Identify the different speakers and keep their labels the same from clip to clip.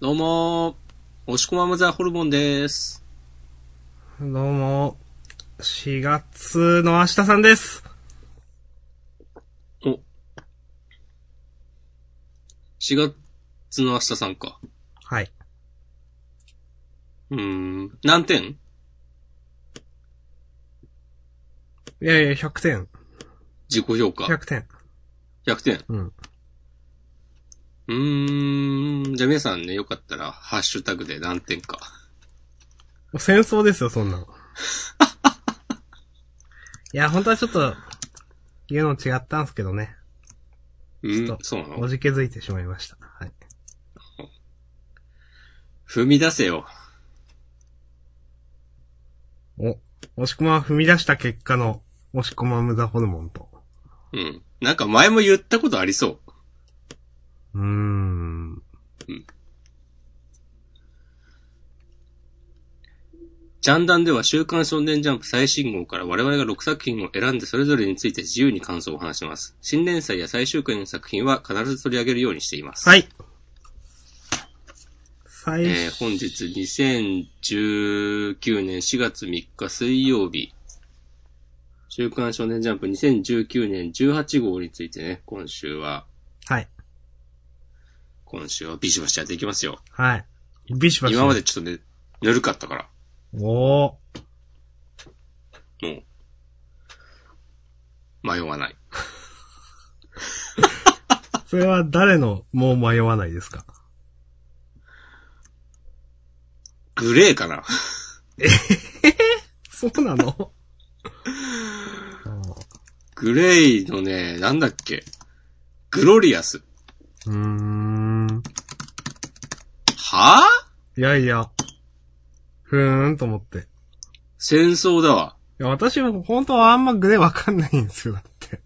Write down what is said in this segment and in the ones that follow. Speaker 1: どうもー、押し込まむザホルモンです。
Speaker 2: どうも、4月の明日さんです。
Speaker 1: お。4月の明日さんか。
Speaker 2: はい。
Speaker 1: うーん。何点
Speaker 2: いやいや、100点。
Speaker 1: 自己評価。
Speaker 2: 100点。
Speaker 1: 100点。
Speaker 2: うん。
Speaker 1: うーん。じゃあ皆さんね、よかったら、ハッシュタグで何点か。
Speaker 2: 戦争ですよ、そ んなの。いや、本当はちょっと、言うの違ったんですけどね。
Speaker 1: う
Speaker 2: ちょ
Speaker 1: ん
Speaker 2: っ。と
Speaker 1: そうなの
Speaker 2: おじけづいてしまいました。はい。
Speaker 1: 踏み出せよ。
Speaker 2: お、押し込まは踏み出した結果の、押し込ま無駄ホルモンと。
Speaker 1: うん。なんか前も言ったことありそう
Speaker 2: ーん。
Speaker 1: う。ジャンダンでは週刊少年ジャンプ最新号から我々が6作品を選んでそれぞれについて自由に感想を話します。新連載や最終回の作品は必ず取り上げるようにしています。
Speaker 2: はい。最
Speaker 1: えー本日2019年4月3日水曜日、週刊少年ジャンプ2019年18号についてね、今週は、
Speaker 2: はい。
Speaker 1: 今週はビシバシやっていきますよ。
Speaker 2: はい。ビシバシ。
Speaker 1: 今まで。ちょっとね、ぬるかったから、
Speaker 2: おー。
Speaker 1: もう、迷わない。
Speaker 2: それは誰のもう迷わないですか
Speaker 1: グレーかな
Speaker 2: そうなの
Speaker 1: グレーのね、なんだっけグロリアス。
Speaker 2: うーん。
Speaker 1: はい
Speaker 2: やいや。ふーんと思って。い
Speaker 1: ぁ戦争だわ。
Speaker 2: や、私も本当はあんまグレーわかんないんですよ、だって。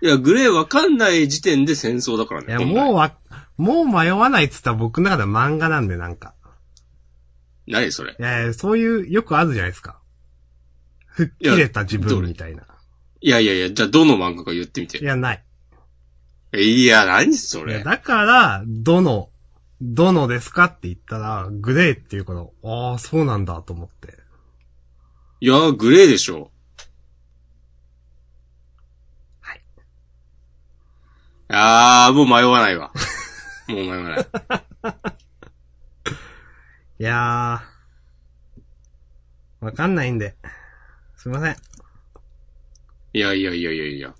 Speaker 1: いや、グレーわかんない時点で戦争だからね。
Speaker 2: いや、
Speaker 1: 本来
Speaker 2: もうわ、もう迷わないっつったら僕の中では漫画なんで、なんか。
Speaker 1: 何それ
Speaker 2: いやいや、そういう、よくあるじゃないですか。吹っ切れた自分みたいな。
Speaker 1: いやいやいや、じゃあどの漫画か言ってみて
Speaker 2: い。や、ない。
Speaker 1: いや、何そ
Speaker 2: いや、
Speaker 1: れ。
Speaker 2: だから、どの、どのですかって言ったら、グレーっていうから、ああ、そうなんだと思って。
Speaker 1: いや、グレーでしょ。
Speaker 2: はい。
Speaker 1: あー、もう迷わないわ。 もう迷わない。
Speaker 2: いやー、わかんないんで。すいません。
Speaker 1: いやいやいやいやいや。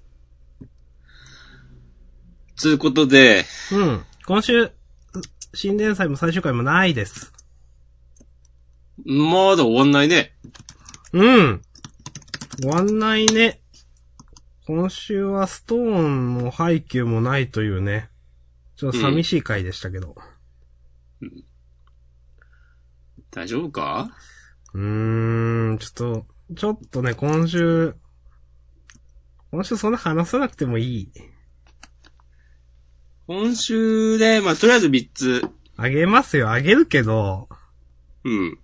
Speaker 1: つうことで、
Speaker 2: うん。今週、新連載も最終回もないです。
Speaker 1: まだ終わんないね。
Speaker 2: うん。終わんないね。今週はストーンの配給もないというね。ちょっと寂しい回でしたけど。
Speaker 1: 大丈夫か
Speaker 2: うーん、ちょっと、ちょっとね、今週、今週そんな話さなくてもいい。
Speaker 1: 今週で、まあ、とりあえず3つ。
Speaker 2: あげますよ、あげるけど、
Speaker 1: うん。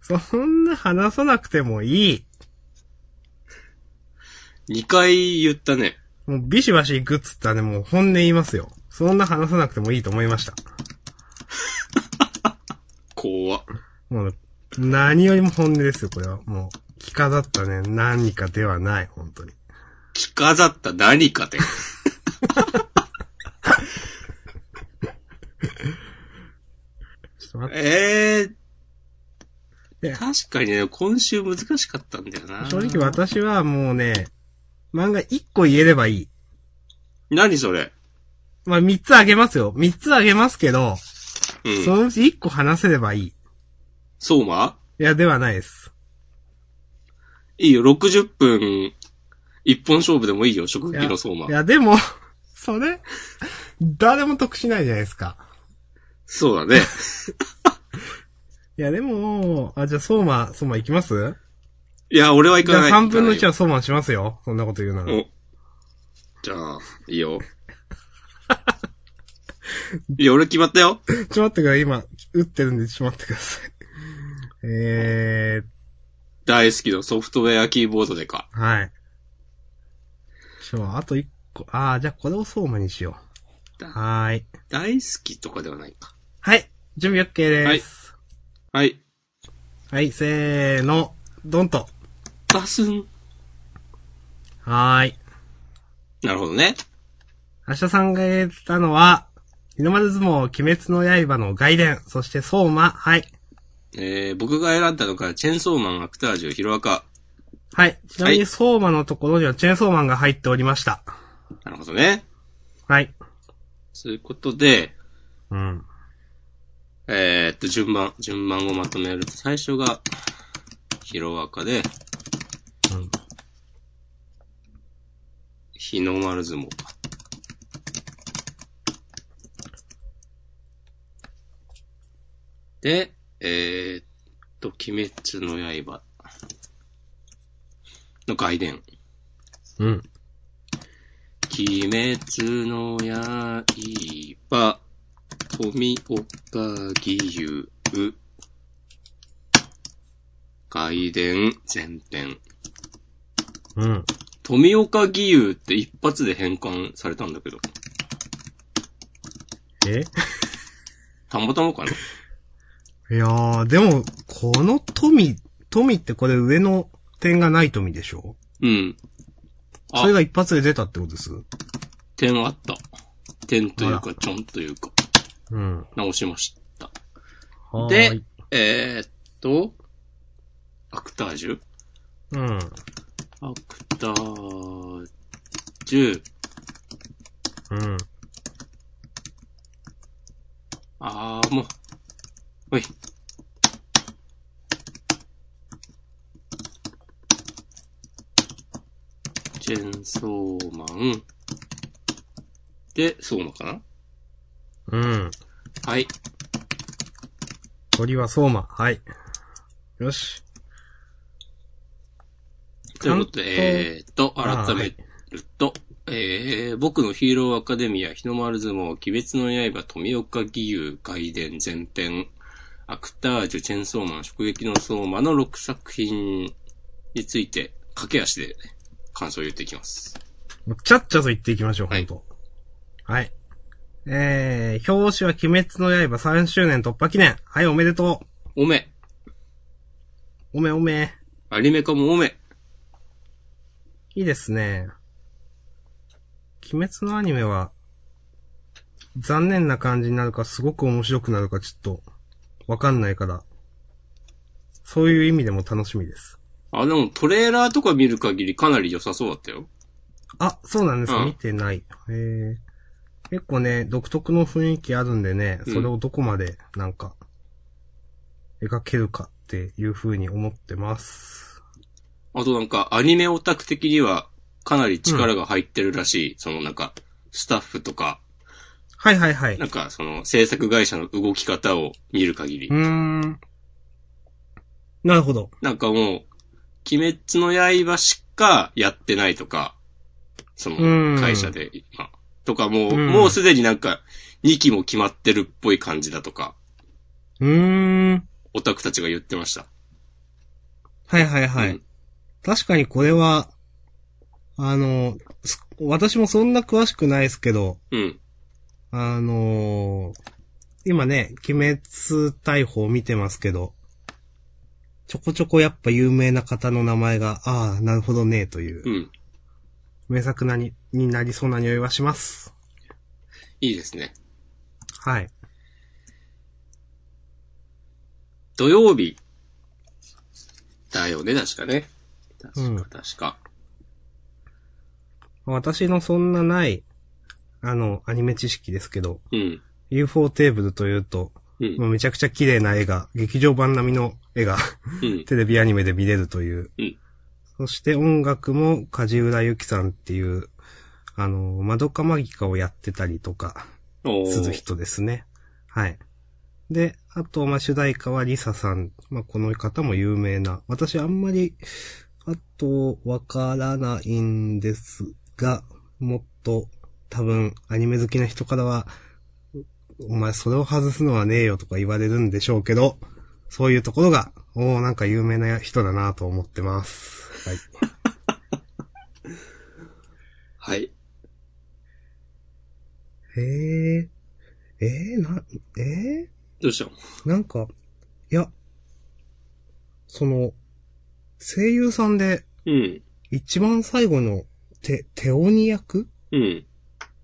Speaker 2: そんな話さなくてもいい。
Speaker 1: 2回言ったね。
Speaker 2: もうビシバシ行くっつったらね、もう本音言いますよ。そんな話さなくてもいいと思いました。
Speaker 1: 怖っ
Speaker 2: もう、何よりも本音ですよ、これは。もう、着飾ったね、何かではない、本当に。
Speaker 1: 着飾った何かで。
Speaker 2: ちょっと待っ
Speaker 1: ええ
Speaker 2: いや
Speaker 1: 確かにね、今週難しかったんだよな。
Speaker 2: て。正直私はもうね、漫画1個言えればいい。
Speaker 1: 何それ
Speaker 2: まあ、3つあげますよ。3つあげますけど、
Speaker 1: うん。
Speaker 2: そのうち1個話せればいい。
Speaker 1: そうま
Speaker 2: いや、ではないです。
Speaker 1: いいよ、60分、一本勝負でもいいよ、職業の相馬
Speaker 2: い。や、でも、 それ、誰も得しないじゃないですか。
Speaker 1: そうだね。
Speaker 2: いや、でも、あ、じゃあ、相馬、相馬行きます
Speaker 1: いや、俺は行
Speaker 2: じゃ
Speaker 1: か
Speaker 2: あ
Speaker 1: ない。
Speaker 2: 3分の1
Speaker 1: は。
Speaker 2: は相馬しますよ。そんなこと言うなら。
Speaker 1: お。じゃあ、いい よ。いや、俺決まったよ。
Speaker 2: ちょっと待ってください。今、打ってるんで、ちょっと待ってください。え
Speaker 1: 大好きのソフトウェアキーボードでか。
Speaker 2: ー、はい。ちょ、あと1個。あー、じゃあこれを相馬にしよう。はーい。
Speaker 1: 大好きとかではないか。
Speaker 2: はい。準備 OK です。
Speaker 1: はい。
Speaker 2: はい、せーの。ドンと。
Speaker 1: バスン。
Speaker 2: はーい。
Speaker 1: なるほどね。
Speaker 2: 明日さんが言ったのは、日の丸相撲、鬼滅の刃の外伝、そして相馬、はい。
Speaker 1: えー、僕が選んだのが、チェンソーマン、アクタージュ、ヒロアカ。
Speaker 2: はい。ちなみ
Speaker 1: は
Speaker 2: に
Speaker 1: い
Speaker 2: 相馬のところにはチェーンソーマンが入っておりました。
Speaker 1: なるほどね。
Speaker 2: はい。
Speaker 1: そういうことで、
Speaker 2: うん。
Speaker 1: えー、っと、順番、順番をまとめると、最初が、ヒロアカで、
Speaker 2: うん
Speaker 1: 日の丸相撲か。で、えー、っと、鬼滅の刃の外伝。
Speaker 2: うん。
Speaker 1: 鬼滅の刃、富岡義勇、外伝前編。
Speaker 2: うん。
Speaker 1: 富岡義勇って一発で変換されたんだけど、
Speaker 2: え
Speaker 1: たまたまかない
Speaker 2: やー、でも、この富、富ってこれ上の点がない富でしょ
Speaker 1: うん。あ
Speaker 2: それが一発で出たってことです。
Speaker 1: 点あった。点というか、ちょんというか、
Speaker 2: うん。
Speaker 1: 直しました。
Speaker 2: はー
Speaker 1: で
Speaker 2: い。、
Speaker 1: えー、っと、アクタージュ
Speaker 2: うん。
Speaker 1: アクタージュ、
Speaker 2: うん。
Speaker 1: あー、もう。ほい。チェンソーマン。で、相馬かな
Speaker 2: うん。
Speaker 1: はい。
Speaker 2: 鳥は相馬。はい。よし。
Speaker 1: ということで、えーっと、
Speaker 2: あ
Speaker 1: 改めると、えー、僕のヒーローアカデミア、日の丸相撲、鬼滅の刃、富岡義勇、外伝、前編、アクタージュ、チェンソーマン、直撃の相馬の6作品について、駆け足で感想を言っていきます。
Speaker 2: もうちゃっちゃと言っていきましょう、
Speaker 1: は
Speaker 2: ほ
Speaker 1: い
Speaker 2: んと。はい。えー、表紙は鬼滅の刃3周年突破記念。はい、おめでと
Speaker 1: おめ。
Speaker 2: う。おめおめ。
Speaker 1: アニメ化もおめ。
Speaker 2: いいですね。鬼滅のアニメは、残念な感じになるか、すごく面白くなるか、ちょっと、わかんないから。そういう意味でも楽しみです。
Speaker 1: あ、でもトレーラーとか見る限りかなり良さそうだったよ。
Speaker 2: あ、そうなんですか、
Speaker 1: うん
Speaker 2: 見てない。へー結構ね、独特の雰囲気あるんでね、
Speaker 1: うん
Speaker 2: それをどこまで、なんか、描けるかっていう風に思ってます。
Speaker 1: あとなんかアニメオタク的にはかなり力が入ってるらしい。そのなんか、スタッフとか、
Speaker 2: はいはいはい。
Speaker 1: な
Speaker 2: うん
Speaker 1: かその制作会社の動き方を見る限り。
Speaker 2: ーん。なるほど。
Speaker 1: なんかもう、鬼滅の刃しかやってないとか、そ
Speaker 2: うん
Speaker 1: の会社で今。とかもう、
Speaker 2: うん
Speaker 1: もうすでになんか2期も決まってるっぽい感じだとか、
Speaker 2: うーん。
Speaker 1: オタクたちが言ってました。
Speaker 2: はいはいはい。
Speaker 1: うん
Speaker 2: 確かにこれは、あの、す私もそんな詳しくないですけど、
Speaker 1: うん。
Speaker 2: あの今ね、鬼滅大砲見てますけど、ちょこちょこやっぱ有名な方の名前が、ああ、なるほどね、というう、
Speaker 1: ん。
Speaker 2: 名作なに、になりそうな匂いはします。
Speaker 1: いいですね。
Speaker 2: はい。
Speaker 1: 土曜日だよね、確かね。
Speaker 2: うん
Speaker 1: 確か、確か。
Speaker 2: 私のそんなない、あの、アニメ知識ですけど、
Speaker 1: うん。
Speaker 2: UFO テーブルというと、
Speaker 1: うん。
Speaker 2: もうめちゃくちゃ綺麗な絵が、劇場版並みの絵が、
Speaker 1: うん。
Speaker 2: テレビアニメで見れるという。
Speaker 1: うん
Speaker 2: そして音楽も梶浦由紀さんっていう、あの、まどかマギカをやってたりとか、
Speaker 1: お
Speaker 2: する
Speaker 1: ー
Speaker 2: 人ですね。はい。で、あと、まあ、主題歌はリサさん。まあ、この方も有名な。私あんまり、あと、わからないんですが、もっと、多分、アニメ好きな人からは、お前それを外すのはねえよとか言われるんでしょうけど、そういうところが、おおなんか有名な人だなと思ってます。はい。
Speaker 1: はい。
Speaker 2: へえ。えー、な、えー、
Speaker 1: どうしたの
Speaker 2: なんか、いや、その、声優さんで
Speaker 1: うん。
Speaker 2: 一番最後のテ、テオニ役
Speaker 1: うん。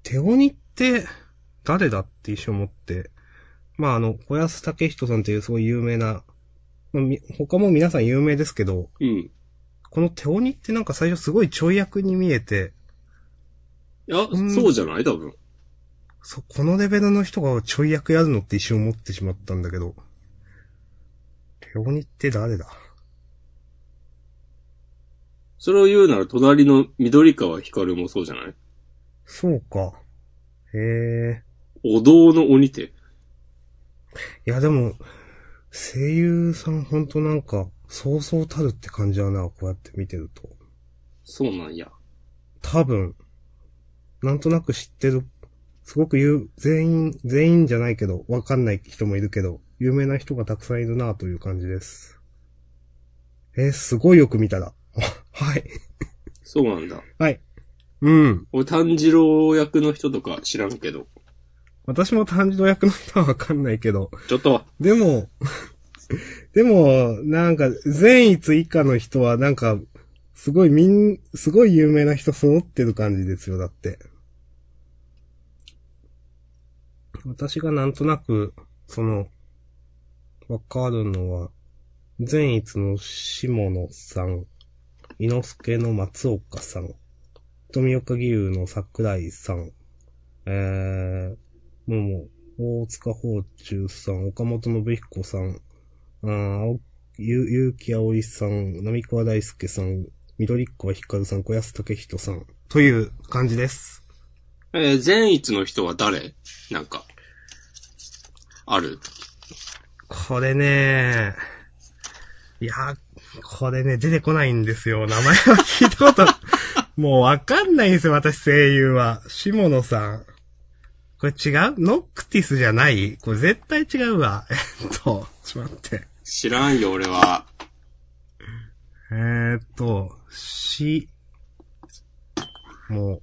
Speaker 2: テオニって誰だって一瞬思って、まああの、小安武人さんというすごい有名な、まあみ他も皆さん有名ですけど、
Speaker 1: うん。
Speaker 2: このテオニってなんか最初すごいちょい役に見えて、
Speaker 1: いや、
Speaker 2: うん
Speaker 1: そうじゃない多分。
Speaker 2: そ、このレベルの人がちょい役やるのって一瞬思ってしまったんだけど、テオニって誰だ
Speaker 1: それを言うなら、隣の緑川光もそうじゃない
Speaker 2: そうか。へえ。
Speaker 1: お堂の鬼って。
Speaker 2: いやでも、声優さんほんとなんか、そうそうたるって感じだな、こうやって見てると。
Speaker 1: そうなんや。
Speaker 2: 多分、なんとなく知ってる、すごく言う、全員、全員じゃないけど、わかんない人もいるけど、有名な人がたくさんいるなという感じです。えーすごいよく見たら。 はい。
Speaker 1: そうなんだ。
Speaker 2: はい。うん。
Speaker 1: 俺、炭治郎役の人とか知らんけど。
Speaker 2: 私も炭治郎役の人はわかんないけど、
Speaker 1: ちょっと、
Speaker 2: でも、でも、なんか、善逸以下の人は、なんか、すごいみん、すごい有名な人揃ってる感じですよ、だって。私がなんとなく、その、わかるのは、善逸の下野さん、伊之助の松岡さん、富岡義勇の桜井さん、えー、もも、大塚宝中さん、岡本信彦さん、あー青ゆ、ゆうきあおいさん、並川大輔さん、緑川ひかるさん、小安武人さん、という感じです。
Speaker 1: えー、善逸の人は誰なんか、ある
Speaker 2: これねいやー、これね、出てこないんですよ。名前は聞いたこと、 もうわかんないんですよ、私声優は。下野さん。これ違うノックティスじゃないこれ絶対違うわ。えっと、ちょっと待って。
Speaker 1: 知らんよ、俺は。
Speaker 2: えーっと、し、も、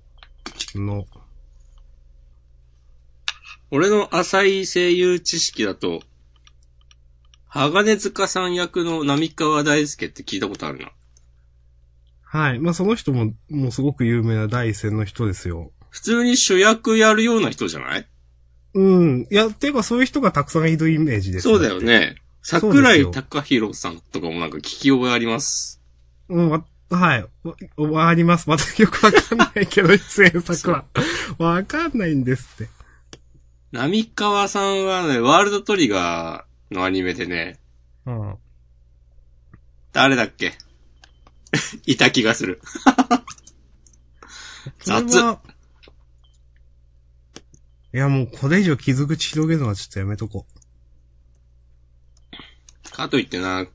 Speaker 2: の、
Speaker 1: 俺の浅い声優知識だと、鋼塚さん役の並川大輔って聞いたことあるな。
Speaker 2: はい。まあ、その人も、もうすごく有名な第一線の人ですよ。
Speaker 1: 普通に主役やるような人じゃない
Speaker 2: うん。いや、ていうかそういう人がたくさんいるイメージです。
Speaker 1: そうだ。よね。
Speaker 2: そう
Speaker 1: 桜
Speaker 2: です
Speaker 1: 井
Speaker 2: よ
Speaker 1: 貴弘さんとかもなんか聞き覚えあります。
Speaker 2: うん、わ、はい。わ、わあります。またよくわかんな いけど、出演作は。わかんないんですって。
Speaker 1: 並川さんはね、ワールドトリガーのアニメでね、
Speaker 2: うん。
Speaker 1: 誰だっけ いた気がする。雑
Speaker 2: それはいや、もうこれ以上傷口広げるのはちょっとやめとこう。
Speaker 1: かといってな、一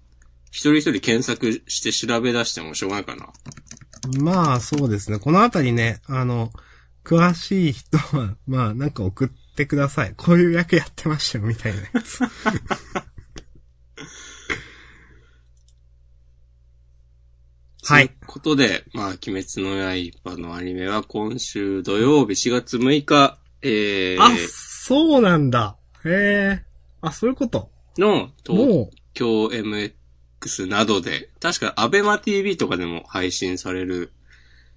Speaker 1: 人一人検索して調べ出してもしょうがないかな。
Speaker 2: まあ、そうですね。このあたりね、あの、詳しい人は、 まあ、なんか送ってください。こういう役やってましたよ、みたいなやつ。はい
Speaker 1: ということで、まあ、鬼滅の刃のアニメは今週土曜日4月6日、え
Speaker 2: あ、
Speaker 1: ー、
Speaker 2: そうなんだ。へえ。あ、そういうこと。
Speaker 1: の東
Speaker 2: も
Speaker 1: 京 MX などで、確かアベマ TV とかでも配信される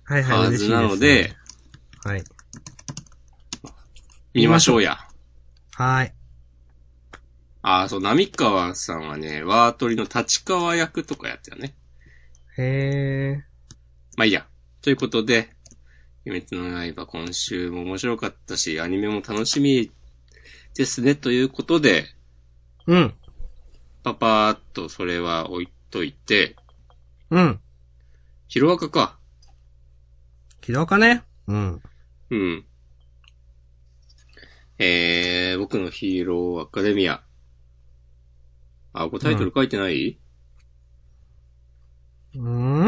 Speaker 2: う、はいはい、
Speaker 1: は
Speaker 2: 嬉しい
Speaker 1: ず
Speaker 2: すね
Speaker 1: なので、。
Speaker 2: はい。
Speaker 1: 見ましょうや。
Speaker 2: はい。
Speaker 1: ああ、そう、並川さんはね、ワートリの立川役とかやったよね。
Speaker 2: へえ。
Speaker 1: まあいいや。ということで、鬼滅の刃今週も面白かったし、アニメも楽しみですね。ということで、
Speaker 2: うん。
Speaker 1: パパーっとそれは置いといて、
Speaker 2: うん。
Speaker 1: ヒロアカか。
Speaker 2: 起動かねうん。
Speaker 1: うん。えー、僕のヒーローアカデミア。あ、これタイトル書いてない、
Speaker 2: うん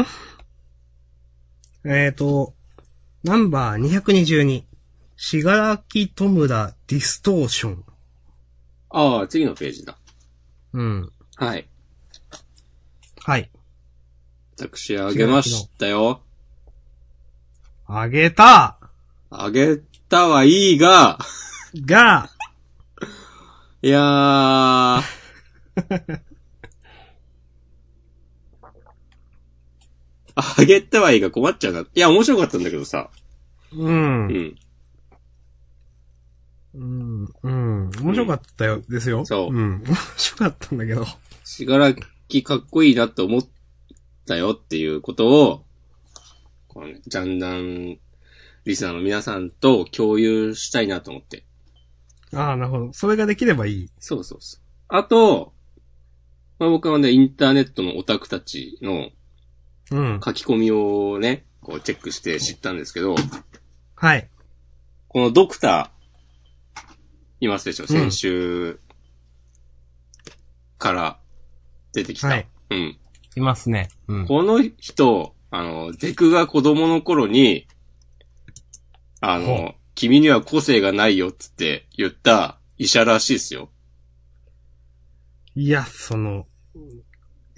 Speaker 2: えーと、ナンバー222。しがらきとむらディストーション。
Speaker 1: ああ、次のページだ。
Speaker 2: うん。
Speaker 1: はい。
Speaker 2: はい。
Speaker 1: 私あげましたよ。
Speaker 2: あげた
Speaker 1: あげたはいいが、
Speaker 2: が、
Speaker 1: いやー。 あげたはいいが困っちゃうな。いや、面白かったんだけどさ。
Speaker 2: う。
Speaker 1: うんん。
Speaker 2: うん。うん。面白かったよ、ですよ。
Speaker 1: そう
Speaker 2: うん。面白かったんだけど。
Speaker 1: しがらきかっこいいなって思ったよっていうことを、このね、ジャンダンリスナーの皆さんと共有したいなと思って。
Speaker 2: ああ、なるほど。それができればいい。
Speaker 1: そうそうそう。あと、まあ、僕はね、インターネットのオタクたちの
Speaker 2: うん。
Speaker 1: 書き込みをね、こうチェックして知ったんですけど、
Speaker 2: はい。
Speaker 1: このドクター、いますでしょ
Speaker 2: ん
Speaker 1: 先週から出てきた。
Speaker 2: はい。
Speaker 1: うん。
Speaker 2: いますね。うん。
Speaker 1: この人、あの、デクが子供の頃に、あ
Speaker 2: ほ
Speaker 1: の、君には個性がないよっつって言った医者らしいですよ。
Speaker 2: いや、その、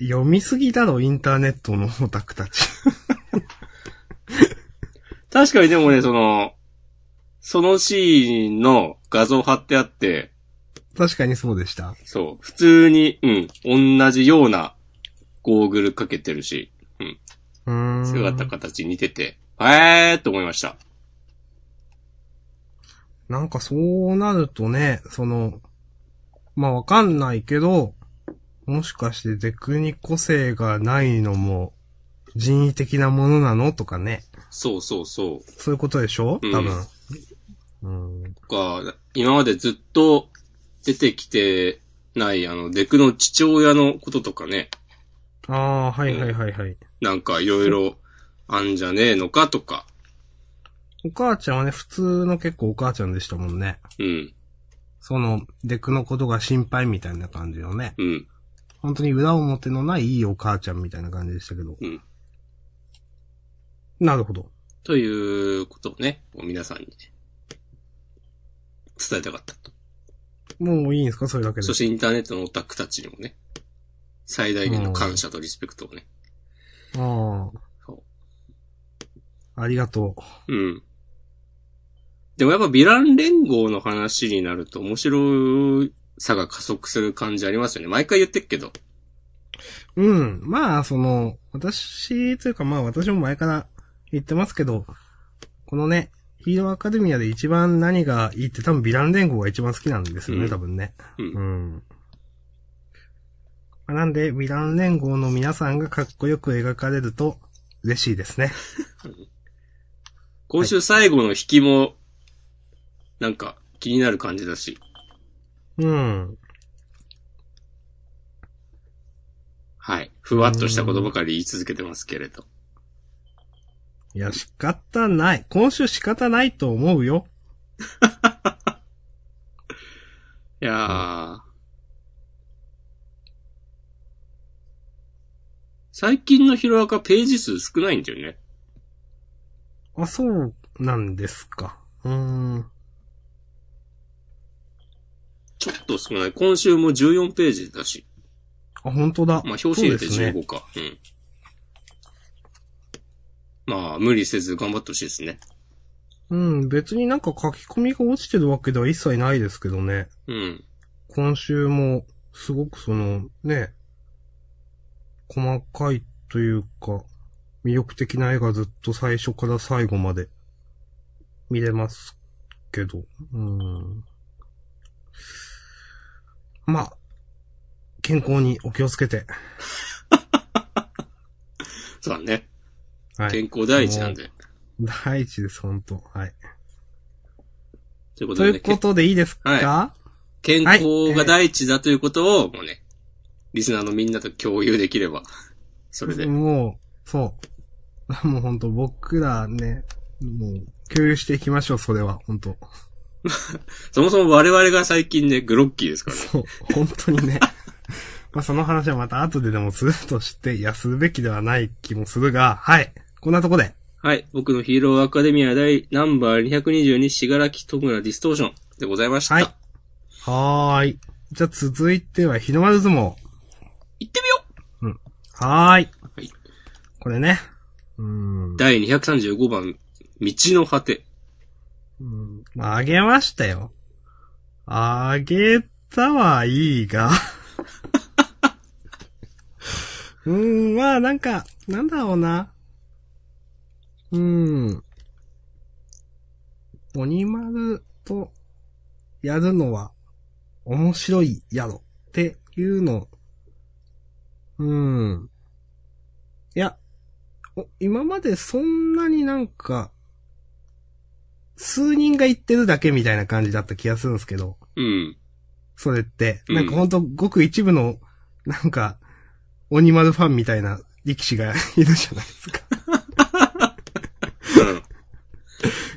Speaker 2: 読みすぎだろ、インターネットのオタクたち。
Speaker 1: 確かにでもね、その、そのシーンの画像貼ってあって、
Speaker 2: 確かにそうでした。
Speaker 1: そう、普通に、うん、同じようなゴーグルかけてるし、
Speaker 2: うーん。
Speaker 1: 姿形似てて、へーって思いました。
Speaker 2: なんかそうなるとね、その、まあわかんないけど、もしかしてデクに個性がないのも人為的なものなのとかね。
Speaker 1: そうそうそう。
Speaker 2: そういうことでしょ
Speaker 1: うん
Speaker 2: 多分。うん。
Speaker 1: か、今までずっと出てきてない、あの、デクの父親のこととかね、
Speaker 2: ああ、はいはいはいはい。
Speaker 1: なんかいろいろあんじゃねえのかとか、
Speaker 2: お母ちゃんはね、普通の結構お母ちゃんでしたもんね。
Speaker 1: うん、
Speaker 2: その、デクのことが心配みたいな感じのね。
Speaker 1: うん、
Speaker 2: 本当に裏表のないいいお母ちゃんみたいな感じでしたけど。
Speaker 1: うん
Speaker 2: なるほど。
Speaker 1: ということをね、こう皆さんにね、伝えたかったと。
Speaker 2: もういいんですかそれだけで。
Speaker 1: そしてインターネットのオタクたちにもね、最大限の感謝とリスペクトをね。
Speaker 2: あ
Speaker 1: そ
Speaker 2: あ。ありがとう。
Speaker 1: うん。でもやっぱヴィラン連合の話になると面白さが加速する感じありますよね。毎回言ってっけど。
Speaker 2: うん。まあ、その、私というかまあ私も前から言ってますけど、このね、ヒーローアカデミアで一番何がいいって多分ヴィラン連合が一番好きなんですよ
Speaker 1: う
Speaker 2: ね、
Speaker 1: ん
Speaker 2: 多分ね。
Speaker 1: うん
Speaker 2: ん。まあなんで、ヴィラン連合の皆さんがかっこよく描かれると嬉しいですね。
Speaker 1: 今週最後の引きも、なんか気になる感じだし。
Speaker 2: うん。
Speaker 1: はい。ふわっとしたことばかり言い続けてますけれど。
Speaker 2: いや、仕方ない。今週仕方ないと思うよ。
Speaker 1: いやー。最近のヒロアカページ数少ないんだよね。
Speaker 2: あ、そうなんですか。うーん。
Speaker 1: ちょっと少ない。今週も14ページだし。
Speaker 2: あ、本当だ。
Speaker 1: まあ、表紙入れて
Speaker 2: そうですね。
Speaker 1: 15か。うん。まあ、無理せず頑張ってほしいですね。
Speaker 2: うん、別になんか書き込みが落ちてるわけでは一切ないですけどね。
Speaker 1: うん。
Speaker 2: 今週も、すごくその、ね、細かいというか、魅力的な絵がずっと最初から最後まで見れますけど、うん。まあ、健康にお気をつけて。
Speaker 1: そうだね。
Speaker 2: はい。
Speaker 1: 健康第一なんで。
Speaker 2: 第一です、本当はい。
Speaker 1: ということで
Speaker 2: とい
Speaker 1: ね
Speaker 2: う、ことでいいですか、
Speaker 1: は健康が第一だということを、もうね、リスナーのみんなと共有できれば、 それで。
Speaker 2: もう、そう。 もう本当僕らね、もう、共有していきましょう、それは、本当
Speaker 1: そもそも我々が最近ね、グロッキーですからね。
Speaker 2: そう、本当にね。 まあその話はまた後ででもするとして、いや、するべきではない気もするが、はい。こんなとこで。
Speaker 1: はい。僕のヒーローアカデミア第ナンバー222、しがらきとむらディストーションでございました。
Speaker 2: はい。はーい。じゃあ続いては、日の丸相撲。
Speaker 1: 行ってみよ
Speaker 2: はーい。
Speaker 1: うはい。
Speaker 2: これね。うーん。
Speaker 1: 第235番、道の果て。
Speaker 2: うんまあ、あげましたよ。あげたはいいが。 うーん、まあなんか、なんだろうな。うーん。鬼丸とやるのは面白いやろっていうの。うーん。いや、お今までそんなになんか、数人が言ってるだけみたいな感じだった気がするんですけど。
Speaker 1: うん。
Speaker 2: それって。
Speaker 1: うん
Speaker 2: なんかほんと、ごく一部の、なんか、鬼丸ファンみたいな力士がいるじゃない ですか。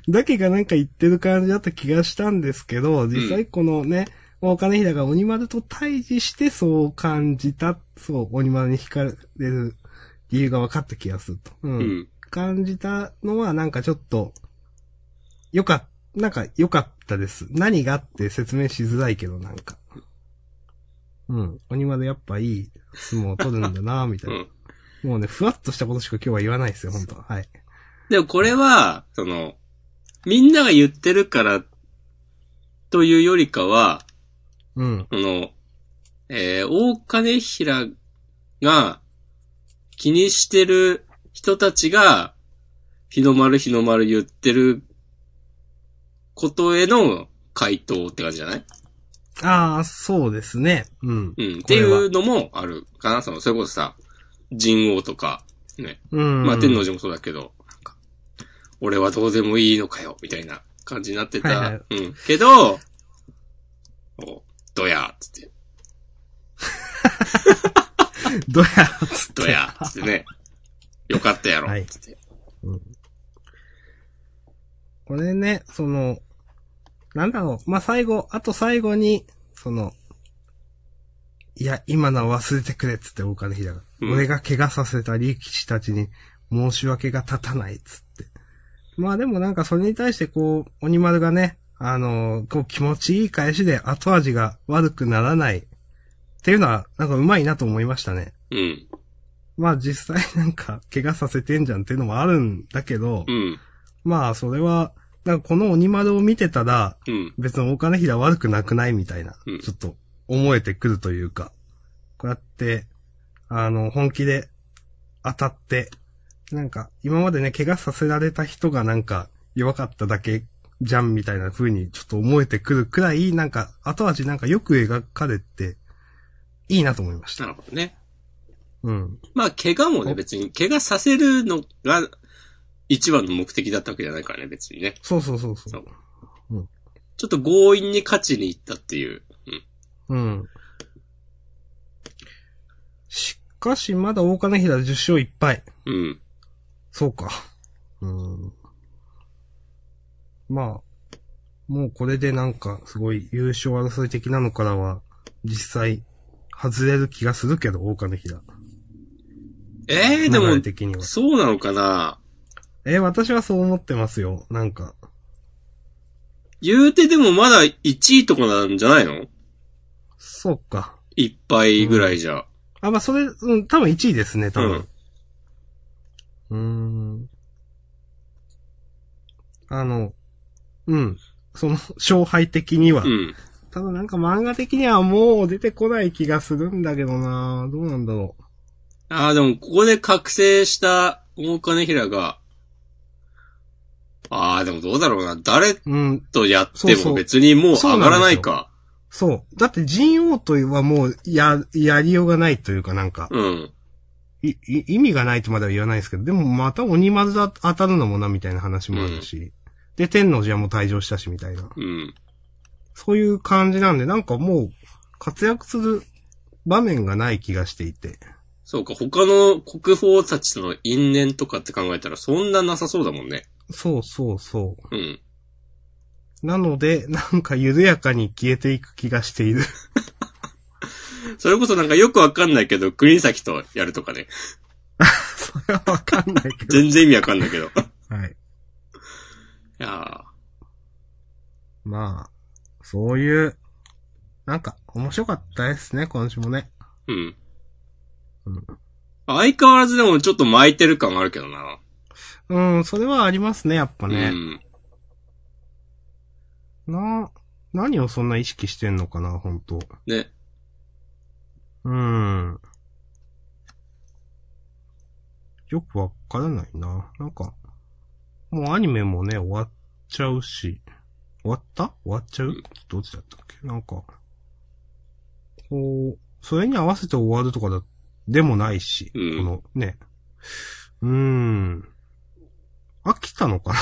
Speaker 2: だけがなんか言ってる感じだった気がしたんですけど、実際このね、お金平が鬼丸と対峙してそう感じた、そう、鬼丸に惹かれる理由が分かった気がすると。う。
Speaker 1: うんん。
Speaker 2: 感じたのはなんかちょっと、よかっなんか良かったです。何がって説明しづらいけど、なんか。うん。鬼丸やっぱいい相撲を取るんだなみたいうな。
Speaker 1: ん。
Speaker 2: もうね、ふわっとしたことしか今日は言わないですよ、本当は。はい。
Speaker 1: でもこれは、その、みんなが言ってるから、というよりかは、
Speaker 2: うん。
Speaker 1: その、えー大金平が気にしてる人たちが、日の丸日の丸言ってることへの回答って感じじゃない
Speaker 2: ああ、そうですね。うん。
Speaker 1: うん。っ
Speaker 2: こ
Speaker 1: てい
Speaker 2: れは
Speaker 1: うのもあるかな。その、それこそさ、人王とか、ね。
Speaker 2: うん。
Speaker 1: まあ、天皇寺もそうだけど、なんか俺はどうでもいいのかよ、みたいな感じになってた。
Speaker 2: はいはい
Speaker 1: うん。けど、お、どや、つって、
Speaker 2: どや、つって。
Speaker 1: どや、つって ね。よかったやろ、
Speaker 2: はい
Speaker 1: つって。
Speaker 2: これね、その、なんだろう、まあ、最後、あと最後に、その、いや、今のは忘れてくれっつって、大金平が。
Speaker 1: うん
Speaker 2: 俺が怪我させた力士たちに申し訳が立たないっつって。まあでもなんかそれに対してこう、鬼丸がね、あのーこう気持ちいい返しで後味が悪くならないっていうのは、なんかうまいなと思いましたね。
Speaker 1: うん。
Speaker 2: まあ実際なんか怪我させてんじゃんっていうのもあるんだけど、
Speaker 1: うん。
Speaker 2: まあ、それは、なんかこの鬼丸を見てたら、
Speaker 1: うん。
Speaker 2: 別に大金平悪くなくないみたいな、
Speaker 1: うん
Speaker 2: ちょっと思えてくるというか、こうやって、あの、本気で当たって、なんか、今までね、怪我させられた人がなんか弱かっただけじゃんみたいな風にちょっと思えてくるくらい、なんか、後味なんかよく描かれて、いいなと思いまし
Speaker 1: な
Speaker 2: た。
Speaker 1: るほどね。
Speaker 2: うん。
Speaker 1: まあ、怪我もね、
Speaker 2: お
Speaker 1: 別に、怪我させるのが、一番の目的だったわけじゃないからね、別にね。
Speaker 2: そうそうそうそ
Speaker 1: そうう。。
Speaker 2: うん
Speaker 1: ちょっと強引に勝ちに行ったっていう。うん。
Speaker 2: うん。しかし、まだ大金平10勝1敗。
Speaker 1: うん。
Speaker 2: そうか。うん。まあ、もうこれでなんか、すごい優勝争い的なのからは、実際、外れる気がするけど、大金平。
Speaker 1: ええー、で
Speaker 2: 流れ
Speaker 1: も、
Speaker 2: 的には。
Speaker 1: そうなのかな
Speaker 2: えー私はそう思ってますよ。なんか。
Speaker 1: 言うてでもまだ1位とかなんじゃないの
Speaker 2: そうか。
Speaker 1: いっぱいぐらいじゃ。
Speaker 2: あ、まあ、それ、うん、多分1位ですね、多分。うーん。あの、うん。その、勝敗的には。
Speaker 1: うん。
Speaker 2: ただなんか漫画的にはもう出てこない気がするんだけどなどうなんだろ
Speaker 1: ああ、でもここで覚醒した大金平が、ああ、でもどうだろうな。誰
Speaker 2: う。うん。
Speaker 1: とやっ
Speaker 2: そう
Speaker 1: て
Speaker 2: そう
Speaker 1: も別にもう上がらないか。
Speaker 2: そう。だって人王とはもう、や、やりようがないというかなんか、
Speaker 1: うん。
Speaker 2: い、い意味がないとまでは言わないですけど、でもまた鬼丸だ当たるのもなみたいな話もあるし、で、天皇寺はもう退場したしみたいな。
Speaker 1: うん。
Speaker 2: そういう感じなんで、なんかもう、活躍する場面がない気がしていて。
Speaker 1: そうか、他の国宝たちとの因縁とかって考えたらそんななさそうだもんね。
Speaker 2: そうそうそ
Speaker 1: うん。
Speaker 2: う。なので、なんか緩やかに消えていく気がして いる。
Speaker 1: それこそなんかよくわかんないけど、国崎とやるとかね。
Speaker 2: それはわかんないけど。
Speaker 1: 全然意味わかんないけ ど。い
Speaker 2: はい。
Speaker 1: や
Speaker 2: まあ、そういう、なんか、面白かったですね、今週もね。
Speaker 1: ーうん
Speaker 2: うん。
Speaker 1: 相変わらずでもちょっと巻いてる感があるけどな。
Speaker 2: うん、それはありますね、やっぱ
Speaker 1: う
Speaker 2: ね。
Speaker 1: ん。
Speaker 2: なあ、何をそんな意識してんのかな、本当
Speaker 1: ね。
Speaker 2: うーん。よくわからないな。なんか、もうアニメもね、終わっちゃうし、終わった終わっちゃうどっちだったっけなんか、こう、それに合わせて終わるとかだ、でもないし、
Speaker 1: うん
Speaker 2: この、ね。うーん。飽きたのかな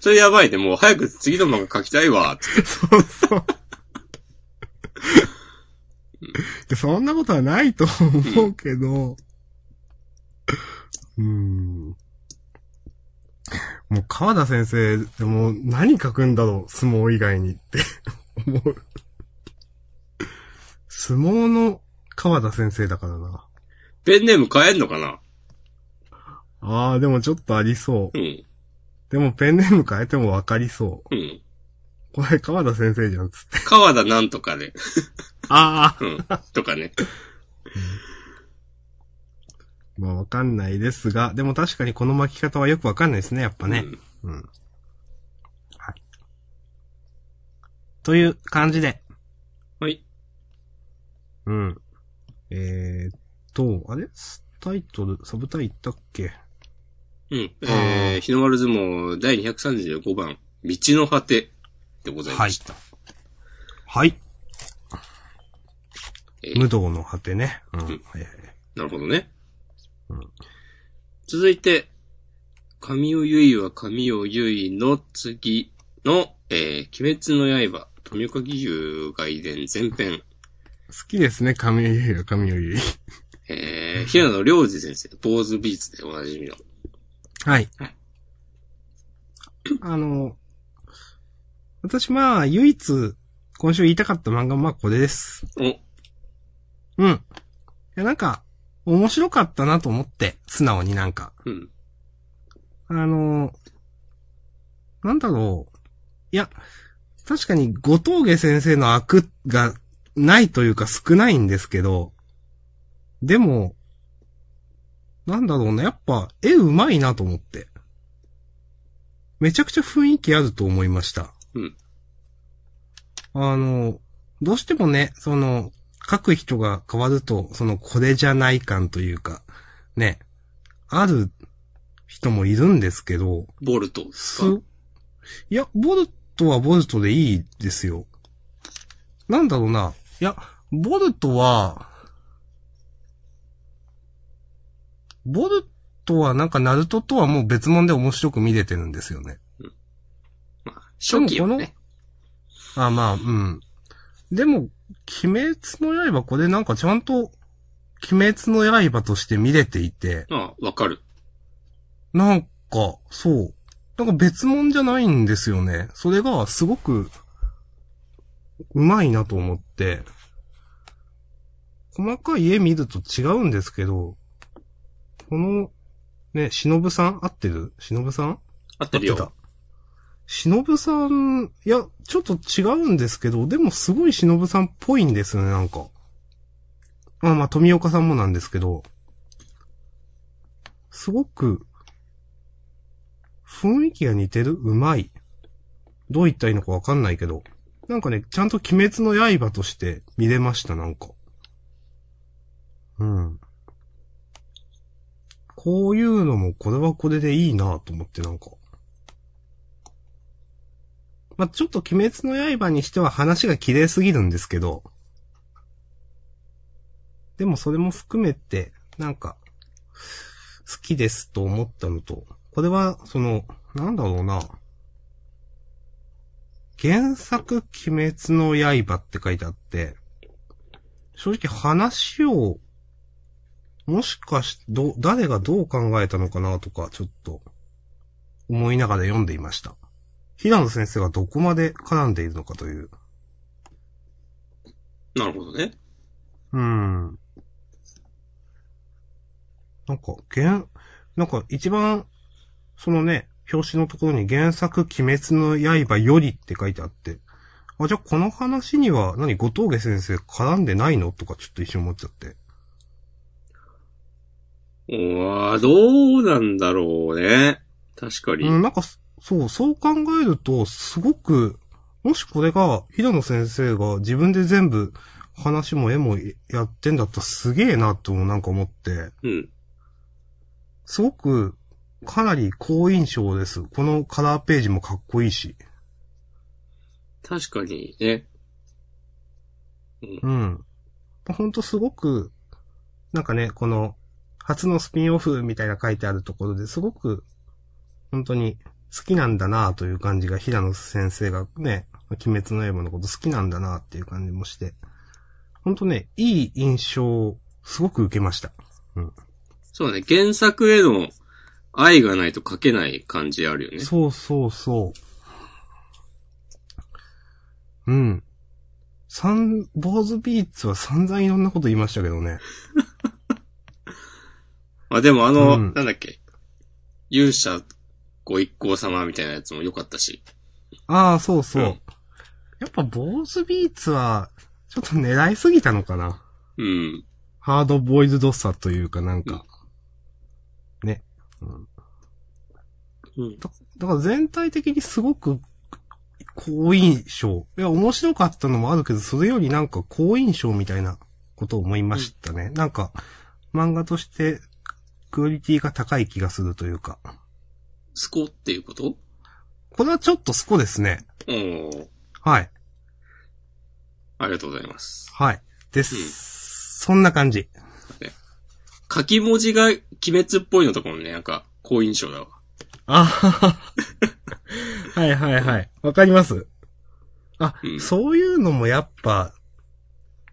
Speaker 1: それやばいね。もう早く次の漫画書きたいわ。つって
Speaker 2: そうそう。でそんなことはないと思うけど、うん。もう川田先生、でも何書くんだろう、相撲以外にって思う。相撲の川田先生だからな。
Speaker 1: ペンネーム変えんのかな
Speaker 2: ああ、でもちょっとありそ
Speaker 1: うん。
Speaker 2: う。でもペンネーム変えてもわかりそ
Speaker 1: うん。
Speaker 2: う。これ川田先生じゃん、つって。
Speaker 1: 川田なんとかで、
Speaker 2: ああ。
Speaker 1: うん。とかね。
Speaker 2: まあわかんないですが、でも確かにこの巻き方はよくわかんないですね、やっぱね。
Speaker 1: うん
Speaker 2: うん。はい。という感じで。
Speaker 1: はい。
Speaker 2: うん。えー、っと、あれスタイトル、サブタイ言ったっけ
Speaker 1: うん。えー、日の丸相撲第235番、道の果てでございました。
Speaker 2: はい。
Speaker 1: えー
Speaker 2: 無道の果てね。うん。は
Speaker 1: ん
Speaker 2: いはいはい。
Speaker 1: なるほどね。
Speaker 2: うん
Speaker 1: 続いて、神尾結衣は神尾結衣の次の、えー、鬼滅の刃、富岡義勇外伝前編、
Speaker 2: 好きですね、神尾ゆいは神尾ゆい。
Speaker 1: えー、平野良二先生、坊主ビーツでおなじみの。
Speaker 2: はい
Speaker 1: はい。
Speaker 2: あの、私まあ、唯一、今週言いたかった漫画、まあこれです。
Speaker 1: お、
Speaker 2: うん。いや、なんか、面白かったなと思って、素直になんか。
Speaker 1: うん、
Speaker 2: あのーなんだろう。いや、確かに、後藤家先生の悪がないというか少ないんですけど、でも、なんだろうな、やっぱ、絵うまいなと思って。めちゃくちゃ雰囲気あると思いました。
Speaker 1: うん。
Speaker 2: あの、どうしてもね、その、書く人が変わると、その、これじゃない感というか、ね、ある人もいるんですけど、
Speaker 1: ボルトです
Speaker 2: す
Speaker 1: か。、
Speaker 2: いや、ボルトはボルトでいいですよ。なんだろうな。いや、ボルトは、ボルトはなんかナルトとはもう別物で面白く見れてるんですよね。
Speaker 1: まあ、初期はね。
Speaker 2: あ、まあ、うん。でも、鬼滅の刃、これなんかちゃんと、鬼滅の刃として見れていて、
Speaker 1: ああ、わかる。
Speaker 2: なんか、そう。なんか別物じゃないんですよね。それがすごく、うまいなと思って。細かい絵見ると違うんですけど、この、ね、忍さん合ってる忍さん
Speaker 1: 合ってるよ。。
Speaker 2: 忍さん、いや、ちょっと違うんですけど、でもすごい忍さんっぽいんですよね、なんか。まあまあ、富岡さんもなんですけど、すごく、雰囲気が似てるうまい。どう言ったらいいのかわかんないけど、なんかね、ちゃんと鬼滅の刃として見れました、なんか。うん。こういうのも、これはこれでいいなと思って、なんか。まあ、ちょっと鬼滅の刃にしては話が綺麗すぎるんですけど、でもそれも含めて、なんか、好きですと思ったのと、これは、その、なんだろうな、原作鬼滅の刃って書いてあって、正直話を、もしかし、ど、誰がどう考えたのかなとか、ちょっと、思いながら読んでいました。平野先生がどこまで絡んでいるのかという。
Speaker 1: なるほどね。
Speaker 2: うん。なんか、原、なんか一番、そのね、表紙のところに原作鬼滅の刃よりって書いてあって、あ、じゃあこの話には何、後藤家先生絡んでないのとかちょっと一瞬思っちゃって。
Speaker 1: うわーどうなんだろうね。確かに。
Speaker 2: うん、なんかそ、そう、そう考えると、すごく、もしこれが、平野先生が自分で全部、話も絵もやってんだったらすげえなともなんか思って、
Speaker 1: うん。
Speaker 2: すごく、かなり好印象です。このカラーページもかっこいいし。
Speaker 1: 確かにね。うん
Speaker 2: う。ん。ほんとすごく、なんかね、この、初のスピンオフみたいな書いてあるところですごく、本当に好きなんだなという感じが、平野先生がね、鬼滅の刃のこと好きなんだなっていう感じもして、ほんとね、いい印象をすごく受けました。
Speaker 1: そうね、原作への愛がないと書けない感じあるよね。
Speaker 2: そうそうそう。うん。サン、坊主ビーツは散々いろんなこと言いましたけどね。
Speaker 1: あ、でもあの、
Speaker 2: うん
Speaker 1: なんだっけ。勇者ご一行様みたいなやつも良かったし。
Speaker 2: ああ、そうそう。
Speaker 1: うん
Speaker 2: やっぱ、坊主ビーツは、ちょっと狙いすぎたのかな。
Speaker 1: うん。
Speaker 2: ハードボイルドさというかなんか。ね。
Speaker 1: うん。
Speaker 2: だから全体的にすごく、好印象。いや、面白かったのもあるけど、それよりなんか好印象みたいなことを思いましたね。なんか、漫画として、クオリティが高い気がするというか。
Speaker 1: スコっていうこと
Speaker 2: これはちょっとスコですね。
Speaker 1: おー。
Speaker 2: はい。
Speaker 1: ありがとうございます。
Speaker 2: はい。です。
Speaker 1: うん
Speaker 2: そんな感じ。
Speaker 1: 書き文字が鬼滅っぽいのとかもね、なんか、好印象だわ。
Speaker 2: あはは。はいはいはい。わかります。あ、
Speaker 1: うん
Speaker 2: そういうのもやっぱ、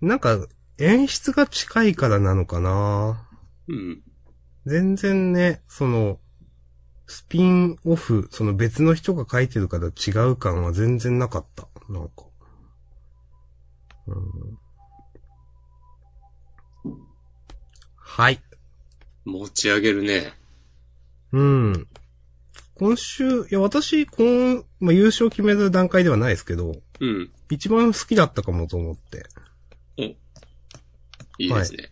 Speaker 2: なんか、演出が近いからなのかな
Speaker 1: うん。
Speaker 2: 全然ね、その、スピンオフ、その別の人が書いてるから違う感は全然なかった。なんか。うんはい。
Speaker 1: 持ち上げるね。
Speaker 2: うん。今週、いや、私、この、まあ、優勝決める段階ではないですけど、
Speaker 1: うん。
Speaker 2: 一番好きだったかもと思って。
Speaker 1: いいですね。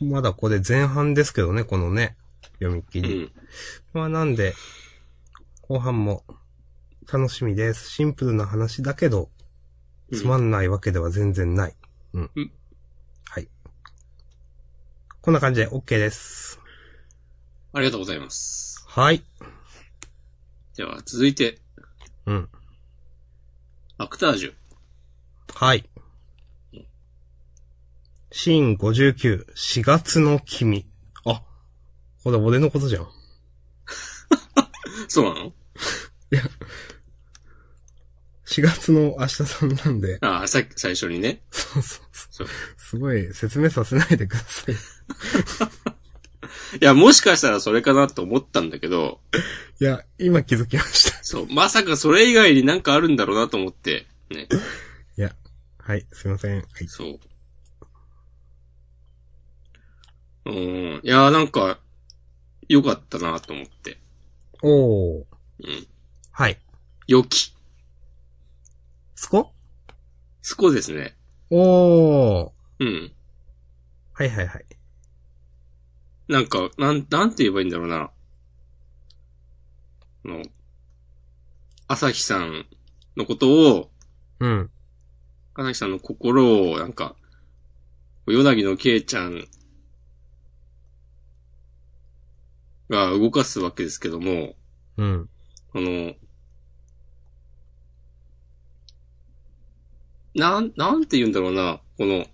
Speaker 2: まだこれ前半ですけどね、このね、読み切り。
Speaker 1: うん。
Speaker 2: まあ、なんで、後半も楽しみです。シンプルな話だけど、つま
Speaker 1: うん
Speaker 2: ないわけでは全然ない。うん。
Speaker 1: うん
Speaker 2: はい。こんな感じで OK です。
Speaker 1: ありがとうございます。
Speaker 2: はい。
Speaker 1: では、続いて、
Speaker 2: うん。
Speaker 1: アクタージュ。
Speaker 2: はい。シーン59、4月の君。あ、これ俺のことじゃん。
Speaker 1: そうなの
Speaker 2: 4月の明日さんなん で、
Speaker 1: ああ、さっき最初にね。
Speaker 2: そうそうそ
Speaker 1: そうう。
Speaker 2: すごい説明させないでください。い
Speaker 1: いや、もしかしたらそれかなと思ったんだけど、
Speaker 2: や、今気づきました。
Speaker 1: そう、まさかそれ以外になんかあるんだろうなと思って、ね。
Speaker 2: いや、はい、すいません。はい。
Speaker 1: そう。うん。いやーなんか、良かったなと思って。
Speaker 2: おー。
Speaker 1: うん。
Speaker 2: はい。
Speaker 1: 良き。
Speaker 2: スコ
Speaker 1: スコですね。
Speaker 2: おー。
Speaker 1: うん。
Speaker 2: はいはいはい。
Speaker 1: なんか、なん、なんて言えばいいんだろうな。あの、朝日さんのことを、
Speaker 2: うん。
Speaker 1: 朝日さんの心を、なんか、ヨナギのケイちゃんが動かすわけですけども、
Speaker 2: うん。
Speaker 1: この、なん、なんて言うんだろうな、この、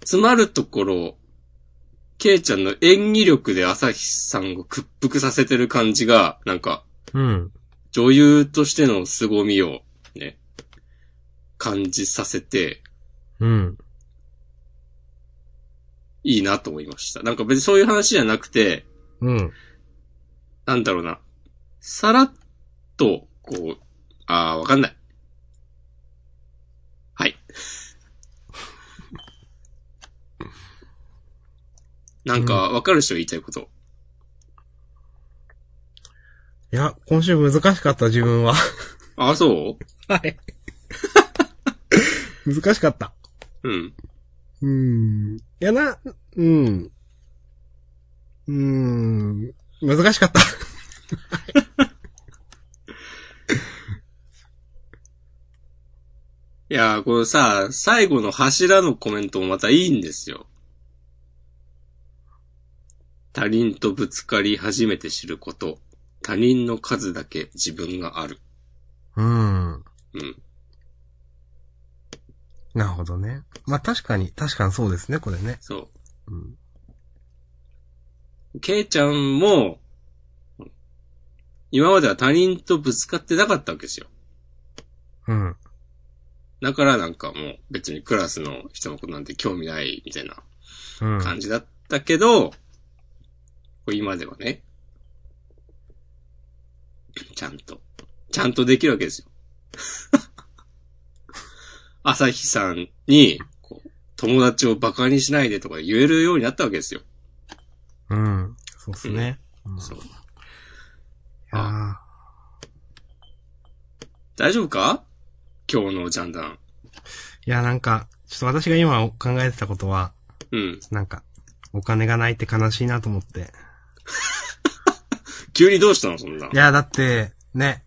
Speaker 1: 詰まるところ、ケイちゃんの演技力で朝日さんを屈服させてる感じが、なんか、
Speaker 2: うん。
Speaker 1: 女優としての凄みを、ね、感じさせて、
Speaker 2: うん。
Speaker 1: いいなと思いました。なんか別にそういう話じゃなくて、
Speaker 2: うん。
Speaker 1: なんだろうな。さらっと、こう、あー、わかんない。はい。なんか、わかるでしょ、言いたいこと。
Speaker 2: いや、今週難しかった自分は。
Speaker 1: あ、そ
Speaker 2: はい。 難しかった。
Speaker 1: ううん。
Speaker 2: うーん。いやな、うん。うーん。難しかった。
Speaker 1: いやー、これさ、最後の柱のコメントもまたいいんですよ。他人とぶつかり初めて知ること。他人の数だけ自分がある。
Speaker 2: うん。
Speaker 1: うん。
Speaker 2: なるほどね。まあ確かに、確かにそうですね、これね。
Speaker 1: そ
Speaker 2: うん。
Speaker 1: う。ケイちゃんも、今までは他人とぶつかってなかったわけですよ。
Speaker 2: うん。
Speaker 1: だからなんかもう別にクラスの人のことなんて興味ないみたいな
Speaker 2: うん。
Speaker 1: 感じだったけど、これ今ではね、ちゃんと、ちゃんとできるわけですよ。 朝日さんに、こう友達をバカにしないでとか言えるようになったわけですよ。
Speaker 2: うん。そうっすね。うん
Speaker 1: そう。
Speaker 2: いやー
Speaker 1: 大丈夫か今日のジャンダン。
Speaker 2: いや、なんか、ちょっと私が今考えてたことは、
Speaker 1: うん。
Speaker 2: なんか、お金がないって悲しいなと思って。
Speaker 1: 急にどうしたのそんな。
Speaker 2: いや、だって、ね、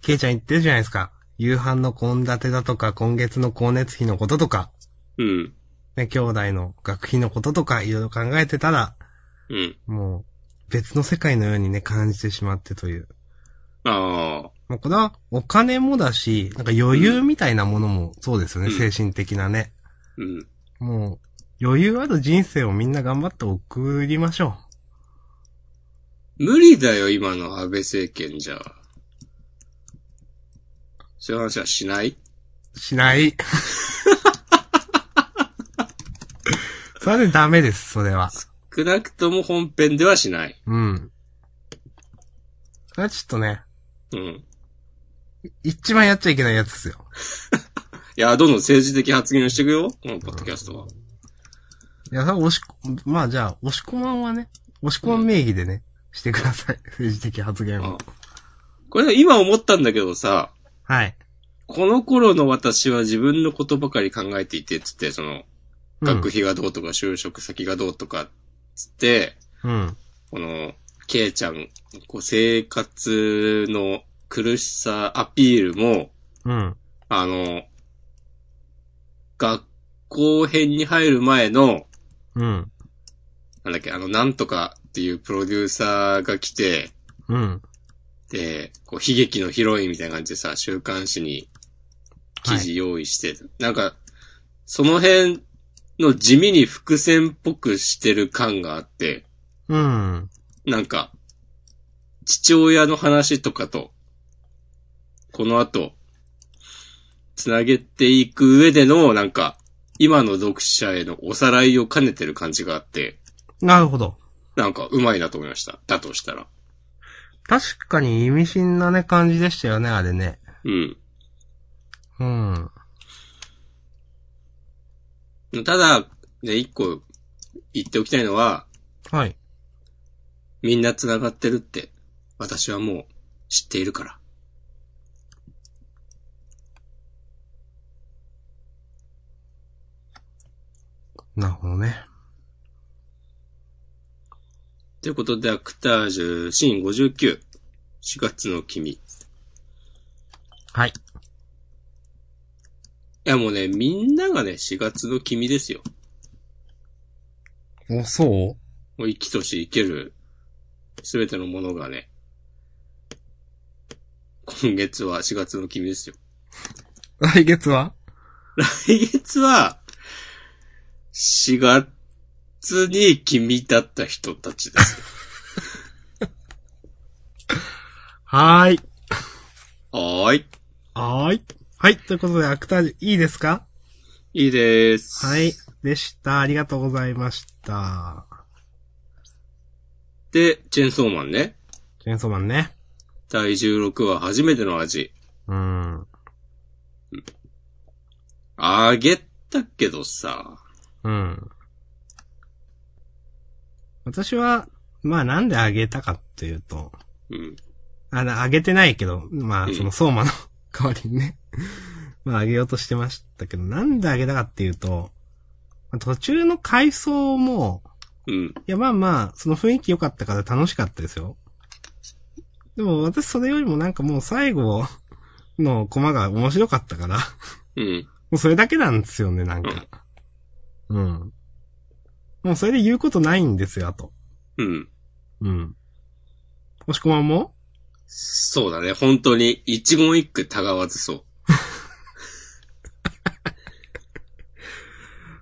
Speaker 2: ケイちゃん言ってるじゃないですか。夕飯の献立だとか、今月の光熱費のこととか、
Speaker 1: うん。
Speaker 2: ね、兄弟の学費のこととか、いろいろ考えてたら、
Speaker 1: うん。
Speaker 2: もう、別の世界のようにね、感じてしまってという。
Speaker 1: ああ。
Speaker 2: もうこれは、お金もだし、なんか余裕みたいなものも、そうですよね、
Speaker 1: うん
Speaker 2: 精神的なね。
Speaker 1: うん。
Speaker 2: もう、余裕ある人生をみんな頑張って送りましょ。
Speaker 1: 無理だよ、今の安倍政権じゃ。そういう話はしないう
Speaker 2: しない。 それでダメです、それは。
Speaker 1: 少なくとも本編ではしない。
Speaker 2: うん。それはちょっとね、
Speaker 1: うん。
Speaker 2: 一番やっちゃいけないやつですよ。
Speaker 1: いや、どんどん政治的発言をしていくよ、このポッドキャストは。
Speaker 2: いや、それ押しこ、まあじゃあ、押し込まんはね、押し込まん名義でね、してください。政治的発言
Speaker 1: あ
Speaker 2: を。
Speaker 1: これね、今思ったんだけどさ、
Speaker 2: はい。
Speaker 1: この頃の私は自分のことばかり考えていて、つって、その、学費がどうとか、就職先がどうとか、つって、
Speaker 2: うん。
Speaker 1: この、ケイちゃん、こう、生活の苦しさアピールも、
Speaker 2: うん。
Speaker 1: あの、学校編に入る前の、
Speaker 2: うん。
Speaker 1: なんだっけ、あの、なんとかっていうプロデューサーが来て、
Speaker 2: うん。
Speaker 1: で、こう、悲劇のヒロインみたいな感じでさ、週刊誌に記事用意して、なんか、その辺の地味に伏線っぽくしてる感があって、
Speaker 2: うん。
Speaker 1: なんか、父親の話とかと、この後、つなげていく上での、なんか、今の読者へのおさらいを兼ねてる感じがあって、
Speaker 2: なるほど。
Speaker 1: なんか、うまいなと思いました。だとしたら。
Speaker 2: 確かに意味深なね、感じでしたよね、あれね。
Speaker 1: うん。
Speaker 2: うん。
Speaker 1: ただ、ね、一個言っておきたいのは、
Speaker 2: はい。
Speaker 1: みんな繋がってるって、私はもう知っているから。
Speaker 2: なるほどね。
Speaker 1: ということで、アクタージュ、シーン59、4月の君。い
Speaker 2: はい。
Speaker 1: やもうね、みんながね、4月の君ですよ。
Speaker 2: お、そ
Speaker 1: もう生きとし生ける、すべてのものがね、今月は4月の君ですよ。
Speaker 2: う 来月は
Speaker 1: 来月は、4月に君だった人たちです。
Speaker 2: はーい。
Speaker 1: はーい。
Speaker 2: はーい。はい。ということで、アクタージュ、いいですか
Speaker 1: いいです。
Speaker 2: はい。。でした。ありがとうございました。
Speaker 1: で、チェンソーマンね。
Speaker 2: チェーンソーマンね。
Speaker 1: 第16話、初めての味。
Speaker 2: うん。
Speaker 1: あげたけどさ。
Speaker 2: うん。私は、まあなんであげたかっていうと、
Speaker 1: うん。
Speaker 2: あの、あげてないけど、まあ
Speaker 1: うん
Speaker 2: その相馬の 代わりにね、 まああげようとしてましたけど、なんであげたかっていうと、まあ途中の回想も、
Speaker 1: うん。
Speaker 2: いやまあまあ、その雰囲気良かったから楽しかったですよ。でも私それよりもなんかもう最後、のコマが面白かったから、も
Speaker 1: うん。
Speaker 2: うそれだけなんですよね、なんか。うん。もうそれで言うことないんですよ、あと。
Speaker 1: うん。
Speaker 2: うん。押し込まんも
Speaker 1: そうだね。本当に、一言一句たがわずそう。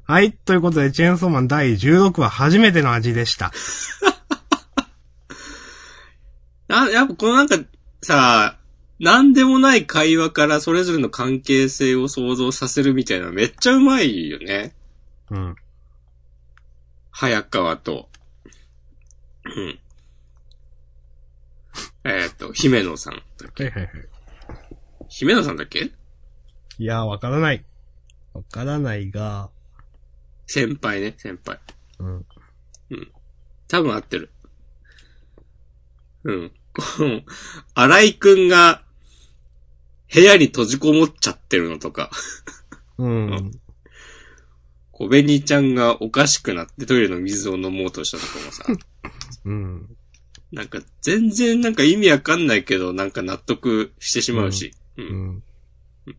Speaker 2: はい、ということで、チェーンソーマン第16話、初めての味でした。
Speaker 1: な、やっぱこのなんか、さ、なんでもない会話からそれぞれの関係性を想像させるみたいなめっちゃうまいよね。
Speaker 2: うん。
Speaker 1: 早川と、うん。えーっ、と、姫野さんだっ
Speaker 2: はいはい
Speaker 1: け
Speaker 2: はい。
Speaker 1: 姫野さんだっけ
Speaker 2: いやー、わからない。わからないが、
Speaker 1: 先輩ね、先輩。
Speaker 2: うん。
Speaker 1: 多分合ってる。うん。 荒井くんが、部屋に閉じこもっちゃってるのとか、
Speaker 2: うん。
Speaker 1: 小紅ちゃんがおかしくなってトイレの水を飲もうとしたとかも さ、
Speaker 2: うん。
Speaker 1: なんか全然なんか意味わかんないけど、なんか納得してしまうし。うん。
Speaker 2: うん。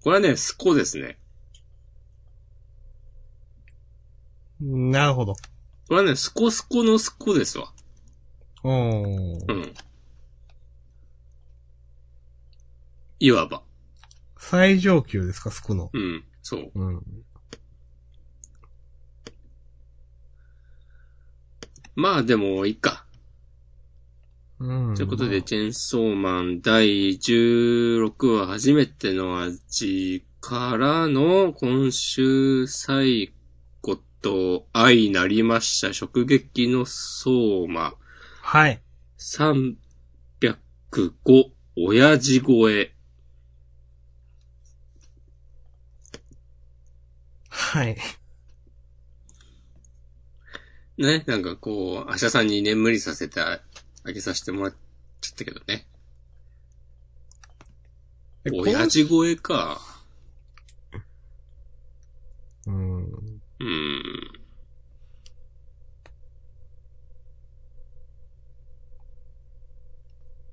Speaker 1: これはね、スコですね。
Speaker 2: なるほど。
Speaker 1: これはね、スコスコのスコですわ。
Speaker 2: お
Speaker 1: う
Speaker 2: ー。
Speaker 1: ん。いわば。
Speaker 2: 最上級ですか、スコの。
Speaker 1: うん。そう。
Speaker 2: うん。
Speaker 1: まあでも、いいか。
Speaker 2: うん。
Speaker 1: ということで、チェンソーマン第16話初めての味からの今週最後と愛なりました。食撃の相馬
Speaker 2: はい。
Speaker 1: 305親父超え。
Speaker 2: はい。
Speaker 1: ね、なんかこう、アシャさんに眠りさせてあげさせてもらっちゃったけどね。
Speaker 2: え
Speaker 1: 親父超えか。
Speaker 2: このうん。
Speaker 1: うーん。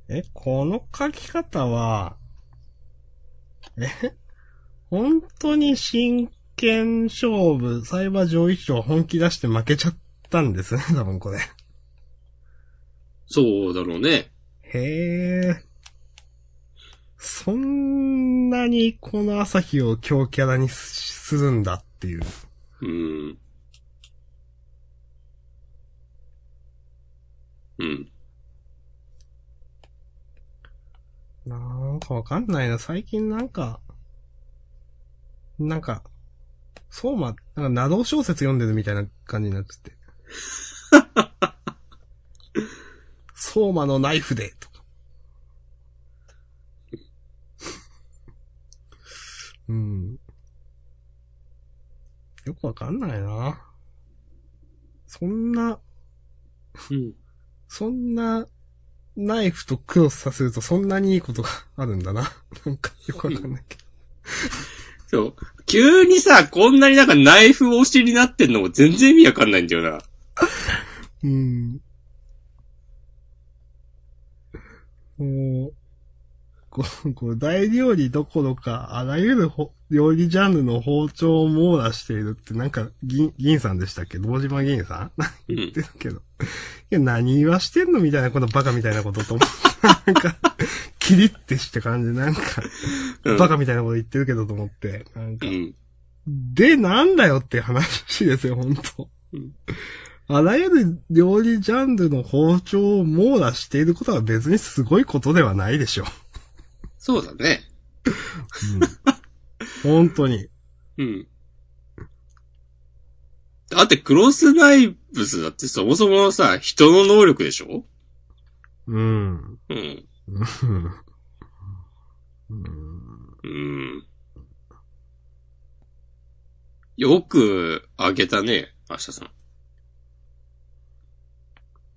Speaker 2: え、この書き方は、え本当に真剣勝負、サイバー上位賞本気出して負けちゃったんですね、 多分これ。
Speaker 1: そうだろうね。
Speaker 2: へえ。そんなにこの朝日を強キャラにすするんだっていう。
Speaker 1: うん。うん。
Speaker 2: なんかわかんないな。最近なんか、なんか、そうま、なんか、など小説読んでるみたいな感じになってて。そうまのナイフで、とか。うん。よくわかんないな。そんな、
Speaker 1: うん。
Speaker 2: そんな、ナイフとクロスさせるとそんなにいいことがあるんだな。なんかよくわかんないけど。
Speaker 1: そう。急にさ、こんなになんかナイフ押しになってんのも全然意味わかんないんだよな。
Speaker 2: うん。もう、ここう大料理どころか、あらゆるほ料理ジャンルの包丁を網羅しているって、なんか、銀、銀さんでしたっけ堂島銀さ
Speaker 1: う
Speaker 2: ん
Speaker 1: ん。
Speaker 2: ですけど。いや、何言わしてんのみたいな、このバカみたいなことと思って、なんか、キリってして感じ、なんか、
Speaker 1: うん
Speaker 2: バカみたいなこと言ってるけどと思って、なん
Speaker 1: う
Speaker 2: か、
Speaker 1: ん。
Speaker 2: で、なんだよって話ですよ、本当
Speaker 1: うん
Speaker 2: あらゆる料理ジャンルの包丁を網羅していることは別にすごいことではないでしょ
Speaker 1: そうだね。
Speaker 2: う。本当に。
Speaker 1: うん。だってクロスナイブスだってそもそもさ、人の能力でしょ
Speaker 2: うん。
Speaker 1: うん。
Speaker 2: うんうん
Speaker 1: うん。よく、あげたね、明日さん。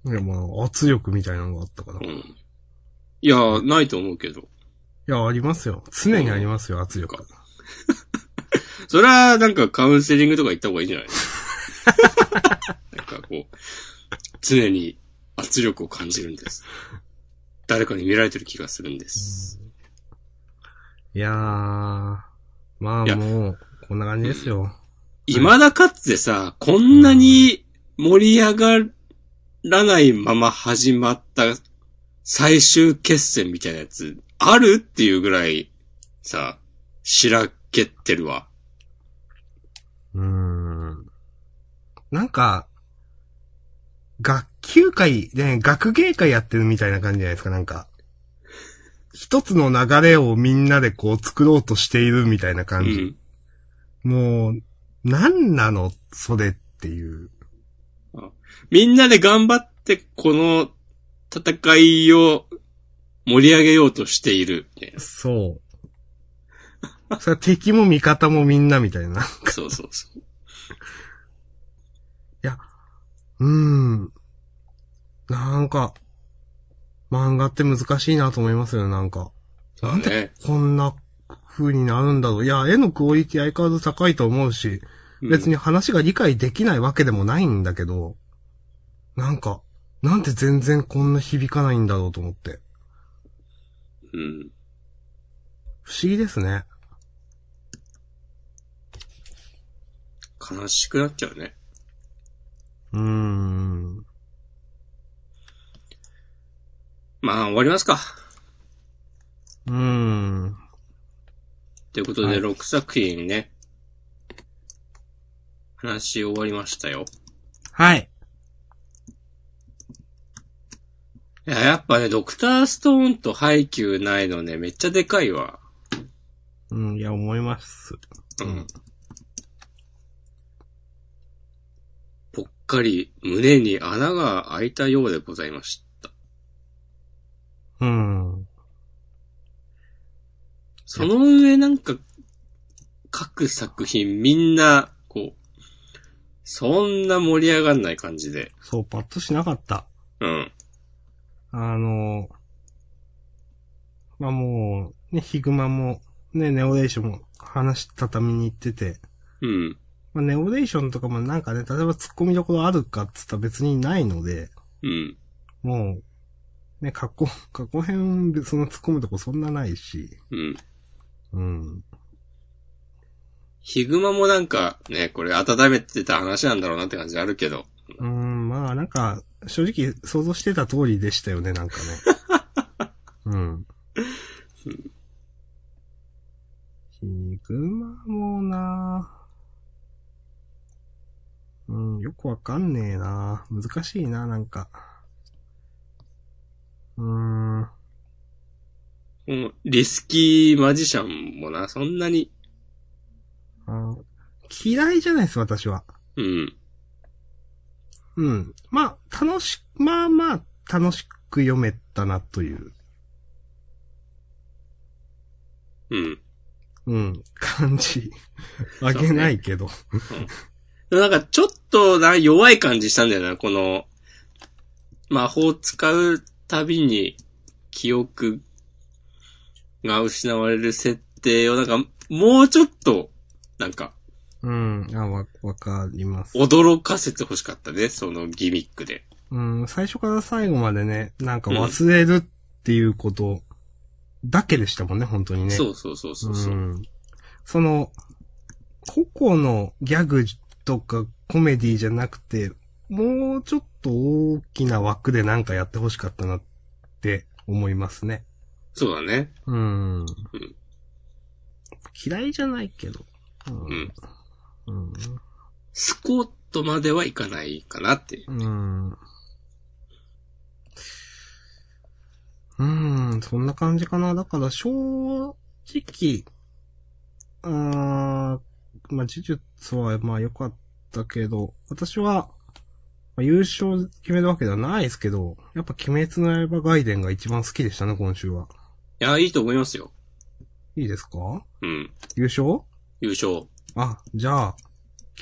Speaker 2: いや、まあ、圧力みたいなのがあったから。
Speaker 1: う
Speaker 2: い
Speaker 1: ん。いや、ないと思うけど。
Speaker 2: や、ありますよ。常にありますよ、圧力。
Speaker 1: それは、なんかカウンセリングとか行った方がいいんじゃないなんかこう、常に圧力を感じるんです。誰かに見られてる気がするんです。
Speaker 2: いやー、まあ
Speaker 1: いや
Speaker 2: もう、こんな感じですよ。
Speaker 1: 未だかつてさ、こんなに盛り上がらないまま始まった最終決戦みたいなやつ、あるっていうぐらい、さ、しらけってるわ。
Speaker 2: うーん。なんか、学級会、ね、学芸会やってるみたいな感じじゃないですか、なんか。一つの流れをみんなでこう作ろうとしているみたいな
Speaker 1: う
Speaker 2: 感じ。
Speaker 1: ん。
Speaker 2: もう、なんなの、それっていう。
Speaker 1: みんなで頑張って、この戦いを盛り上げようとしている。みたいな
Speaker 2: そう。 それは敵も味方もみんなみたいな。
Speaker 1: そうそうそう。
Speaker 2: うーん。なんか、漫画って難しいなと思いますよ、なんか。
Speaker 1: そうだね。
Speaker 2: こんな風になるんだろう。いや、絵のクオリティ相変わらず高いと思うし、 別
Speaker 1: に。
Speaker 2: に話が理解できないわけでもないんだけど、なんか、なんで全然こんな響かないんだろうと思って。
Speaker 1: うん。
Speaker 2: 不思議ですね。
Speaker 1: 悲しくなっちゃうね。
Speaker 2: うーん。
Speaker 1: まあ、終わりますか。
Speaker 2: うーん。
Speaker 1: ということ
Speaker 2: は
Speaker 1: で、
Speaker 2: い
Speaker 1: 6作品ね。話終わりましたよ。
Speaker 2: はい。
Speaker 1: いや、やっぱね、ドクターストーンとハイキューないのね、めっちゃでかいわ。
Speaker 2: うん、いや、思います。うん。
Speaker 1: ぽっかり胸に穴が開いたようでございました。
Speaker 2: うん。
Speaker 1: その上なんか、各作品みんな、こう、そんな盛り上がんない感じで。
Speaker 2: そう、パッとしなかった。
Speaker 1: うん。
Speaker 2: あの、まあ、もう、ね、ヒグマも、ね、ネオレーションも話畳みに行ってて、
Speaker 1: うん。
Speaker 2: まあ、ネオレーションとかもなんかね、例えば突っ込みどころあるかっつったら別にないので、
Speaker 1: うん。
Speaker 2: もう、ね、過去、過去編、その突っ込むとこそんなないし、
Speaker 1: うん。
Speaker 2: うん。
Speaker 1: ヒグマもなんかね、これ温めてた話なんだろうなって感じあるけど。
Speaker 2: うん、まあなんか、正直想像してた通りでしたよね、なんかね。うん。ヒグマもなうん、よくわかんねえな難しいな、なんか。うーん。
Speaker 1: このリスキーマジシャンもな、そんなに、
Speaker 2: あ嫌いじゃないです、私は。
Speaker 1: うん。
Speaker 2: うん。まあ、楽し、まあまあ、楽しく読めたな、という、
Speaker 1: うん。
Speaker 2: うん、感じ。あげないけど。
Speaker 1: でもなんかちょっとな、弱い感じしたんだよな、この、魔法使うたびに記憶が失われる設定を、なんかもうちょっと、なんか
Speaker 2: うん。あ、わ、わかります。
Speaker 1: 驚かせてほしかったね、そのギミックで。
Speaker 2: うん、最初から最後までね、なんか忘れるっていうことだけでしたもんね、本当にね。
Speaker 1: そうそうそうそうそう。
Speaker 2: ん。その、個々のギャグとかコメディじゃなくて、もうちょっと大きな枠でなんかやってほしかったなって思いますね。
Speaker 1: そうだね。
Speaker 2: うん。嫌いじゃないけど。うん。うん。
Speaker 1: スコットまではいかないかなっていう。
Speaker 2: うん。うん、そんな感じかな。だから、正直、あーまあ、呪術は、まあ、良かったけど、私は、まあ、優勝決めるわけではないですけど、やっぱ、鬼滅の刃外伝が一番好きでしたね、今週は。
Speaker 1: いや、いいと思いますよ。
Speaker 2: いいですか
Speaker 1: うん。
Speaker 2: 優勝
Speaker 1: 優勝。
Speaker 2: あ、じゃあ、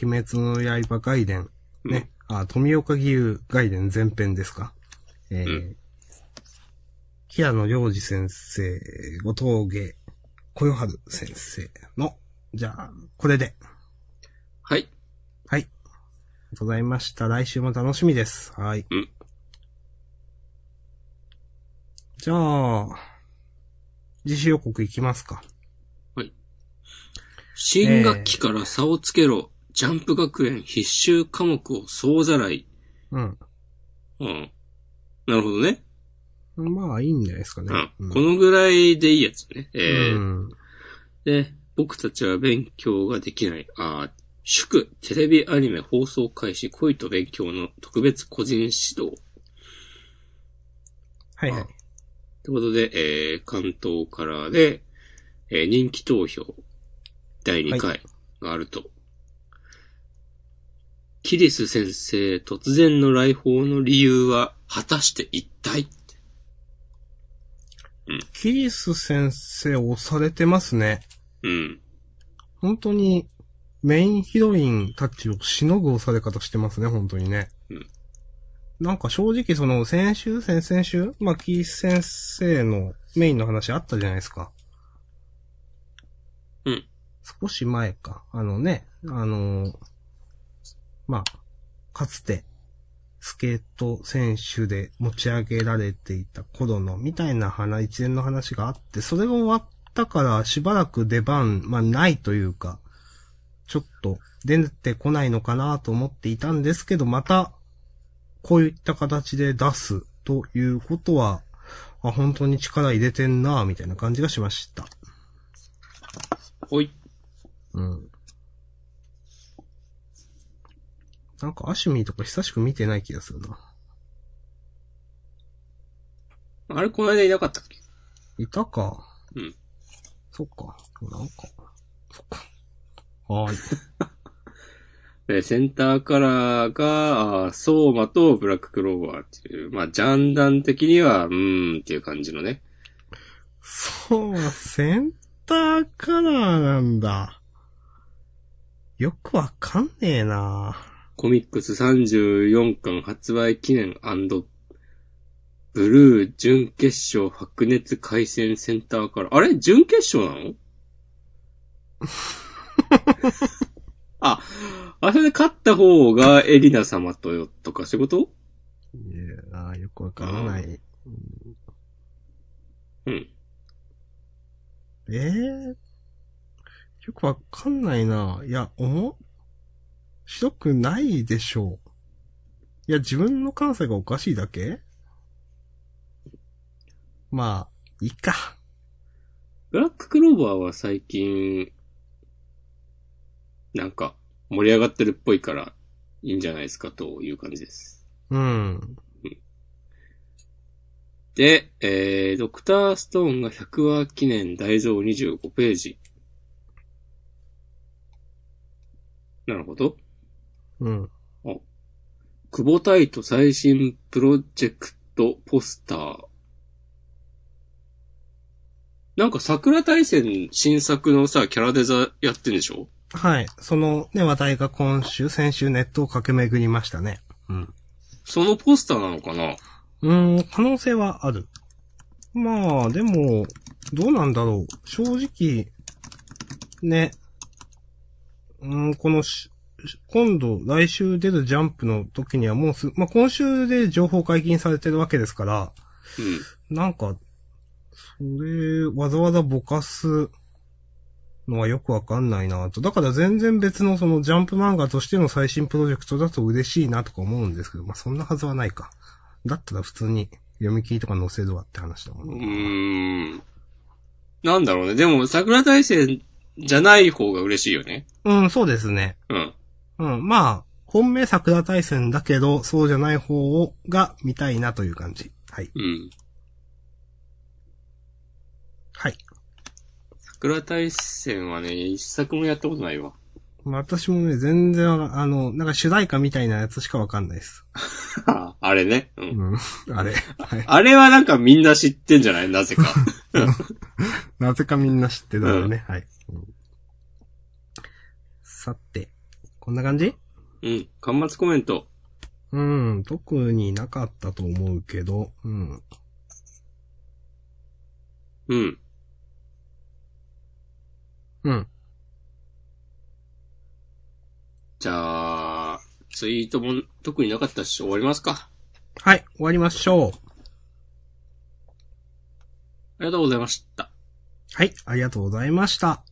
Speaker 2: 鬼滅の刃外伝。
Speaker 1: うん
Speaker 2: ね。。あ、富岡義勇外伝前編ですか。えー
Speaker 1: うん
Speaker 2: 平野良二先生、後藤芸、小夜春先生の、じゃあ、これで、
Speaker 1: はい。
Speaker 2: ございました。来週も楽しみです。はい。
Speaker 1: うん
Speaker 2: じゃあ、自主予告いきますか。
Speaker 1: 新学期から差をつけろ。ジャンプ学園必修科目を総ざらい。
Speaker 2: うん。
Speaker 1: うん。なるほどね。
Speaker 2: まあ、いいんじゃないですかね。
Speaker 1: うん。このぐらいでいいやつね。えー
Speaker 2: うん
Speaker 1: で、僕たちは勉強ができない。あー祝、テレビアニメ放送開始、恋と勉強の特別個人指導。
Speaker 2: はいはい。
Speaker 1: ということで、えー、関東からで、えー人気投票、第2
Speaker 2: は
Speaker 1: 回があると。キリス先生、突然の来訪の理由は、果たして一体
Speaker 2: キリス先生押されてますね。
Speaker 1: うん。
Speaker 2: 本当に、メインヒロインたちをしのぐ押され方してますね、本当にね。
Speaker 1: うん
Speaker 2: なんか正直その、先週、先々週、まあ、キリス先生のメインの話あったじゃないですか。
Speaker 1: うん。
Speaker 2: 少し前か。あのね、あのーまあ、かつて、スケート選手で持ち上げられていた頃の、みたいな話、一連の話があって、それが終わったから、しばらく出番、まあ、ないというか、ちょっと出てこないのかなと思っていたんですけど、また、こういった形で出すということは、あ、本当に力入れてんなぁみたいな感じがしました。
Speaker 1: ほい。
Speaker 2: うん。なんか、アシュミーとか久しく見てない気がするな。
Speaker 1: あれ、この間いなかったっけ
Speaker 2: いたか。
Speaker 1: うん。
Speaker 2: そっか。なんか。そっか。はーい。
Speaker 1: で、センターカラーが、あーソーマとブラッククローバーっていう、まあ、ジャンダン的には、うーんっていう感じのね。
Speaker 2: そう、センターカラーなんだ。よくわかんねえな
Speaker 1: コミックス34巻発売記念ブルー準決勝白熱回戦センターカラー。あれ準決勝なのあ、あ、それで勝った方がエリナ様とよ、とか、そういうこと
Speaker 2: いやーよくわからない。
Speaker 1: うん。
Speaker 2: ええよくわかんないないや、面白くないでしょう。いや、自分の感性がおかしいだけまあ、いいか。
Speaker 1: ブラッククローバーは最近、なんか、盛り上がってるっぽいから、いいんじゃないですか、という感じです。
Speaker 2: うん。
Speaker 1: で、えー、ドクターストーンが100話記念大蔵25ページ。なるほど。
Speaker 2: うん。
Speaker 1: 久保タイト最新プロジェクトポスター。なんか桜大戦新作のさ、キャラデザやってんでしょ
Speaker 2: はい。そのね、話題が今週、先週ネットを駆け巡りましたね。うん。
Speaker 1: そのポスターなのかな
Speaker 2: うーん、可能性はある。まあ、でも、どうなんだろう。正直、ね。うーん、このし、し今度、来週出るジャンプの時にはもうす、まあ今週で情報解禁されてるわけですから、
Speaker 1: うん。
Speaker 2: なんか、それ、わざわざぼかすのはよくわかんないなと。だから全然別のそのジャンプ漫画としての最新プロジェクトだと嬉しいなとか思うんですけど、まあ、そんなはずはないか。だったら普通に読み切りとか載せるわって話だも
Speaker 1: うん
Speaker 2: ね。
Speaker 1: ーん。なんだろうね。でも桜大戦じゃない方が嬉しいよね。
Speaker 2: うん、そうですね。
Speaker 1: うん。
Speaker 2: うん、まあ、本命桜大戦だけど、そうじゃない方を、が見たいなという感じ。はい。
Speaker 1: うん。
Speaker 2: はい。
Speaker 1: 桜大戦はね、一作もやったことないわ。
Speaker 2: まあ、私もね、全然わか、あの、なんか主題歌みたいなやつしかわかんないです。
Speaker 1: あれね、うん
Speaker 2: うん。あれ。はい。
Speaker 1: あれはなんかみんな知ってんじゃないなぜか。
Speaker 2: なぜかみんな知ってたよね、はい。さて、こんな感じ
Speaker 1: うん。端末コメント。
Speaker 2: うん、特になかったと思うけど、うん。
Speaker 1: うん。
Speaker 2: うん。
Speaker 1: じゃあ、ツイートも特になかったし終わりますか。
Speaker 2: はい、終わりましょう。
Speaker 1: りがとうございました。
Speaker 2: はい、ありがとうございました。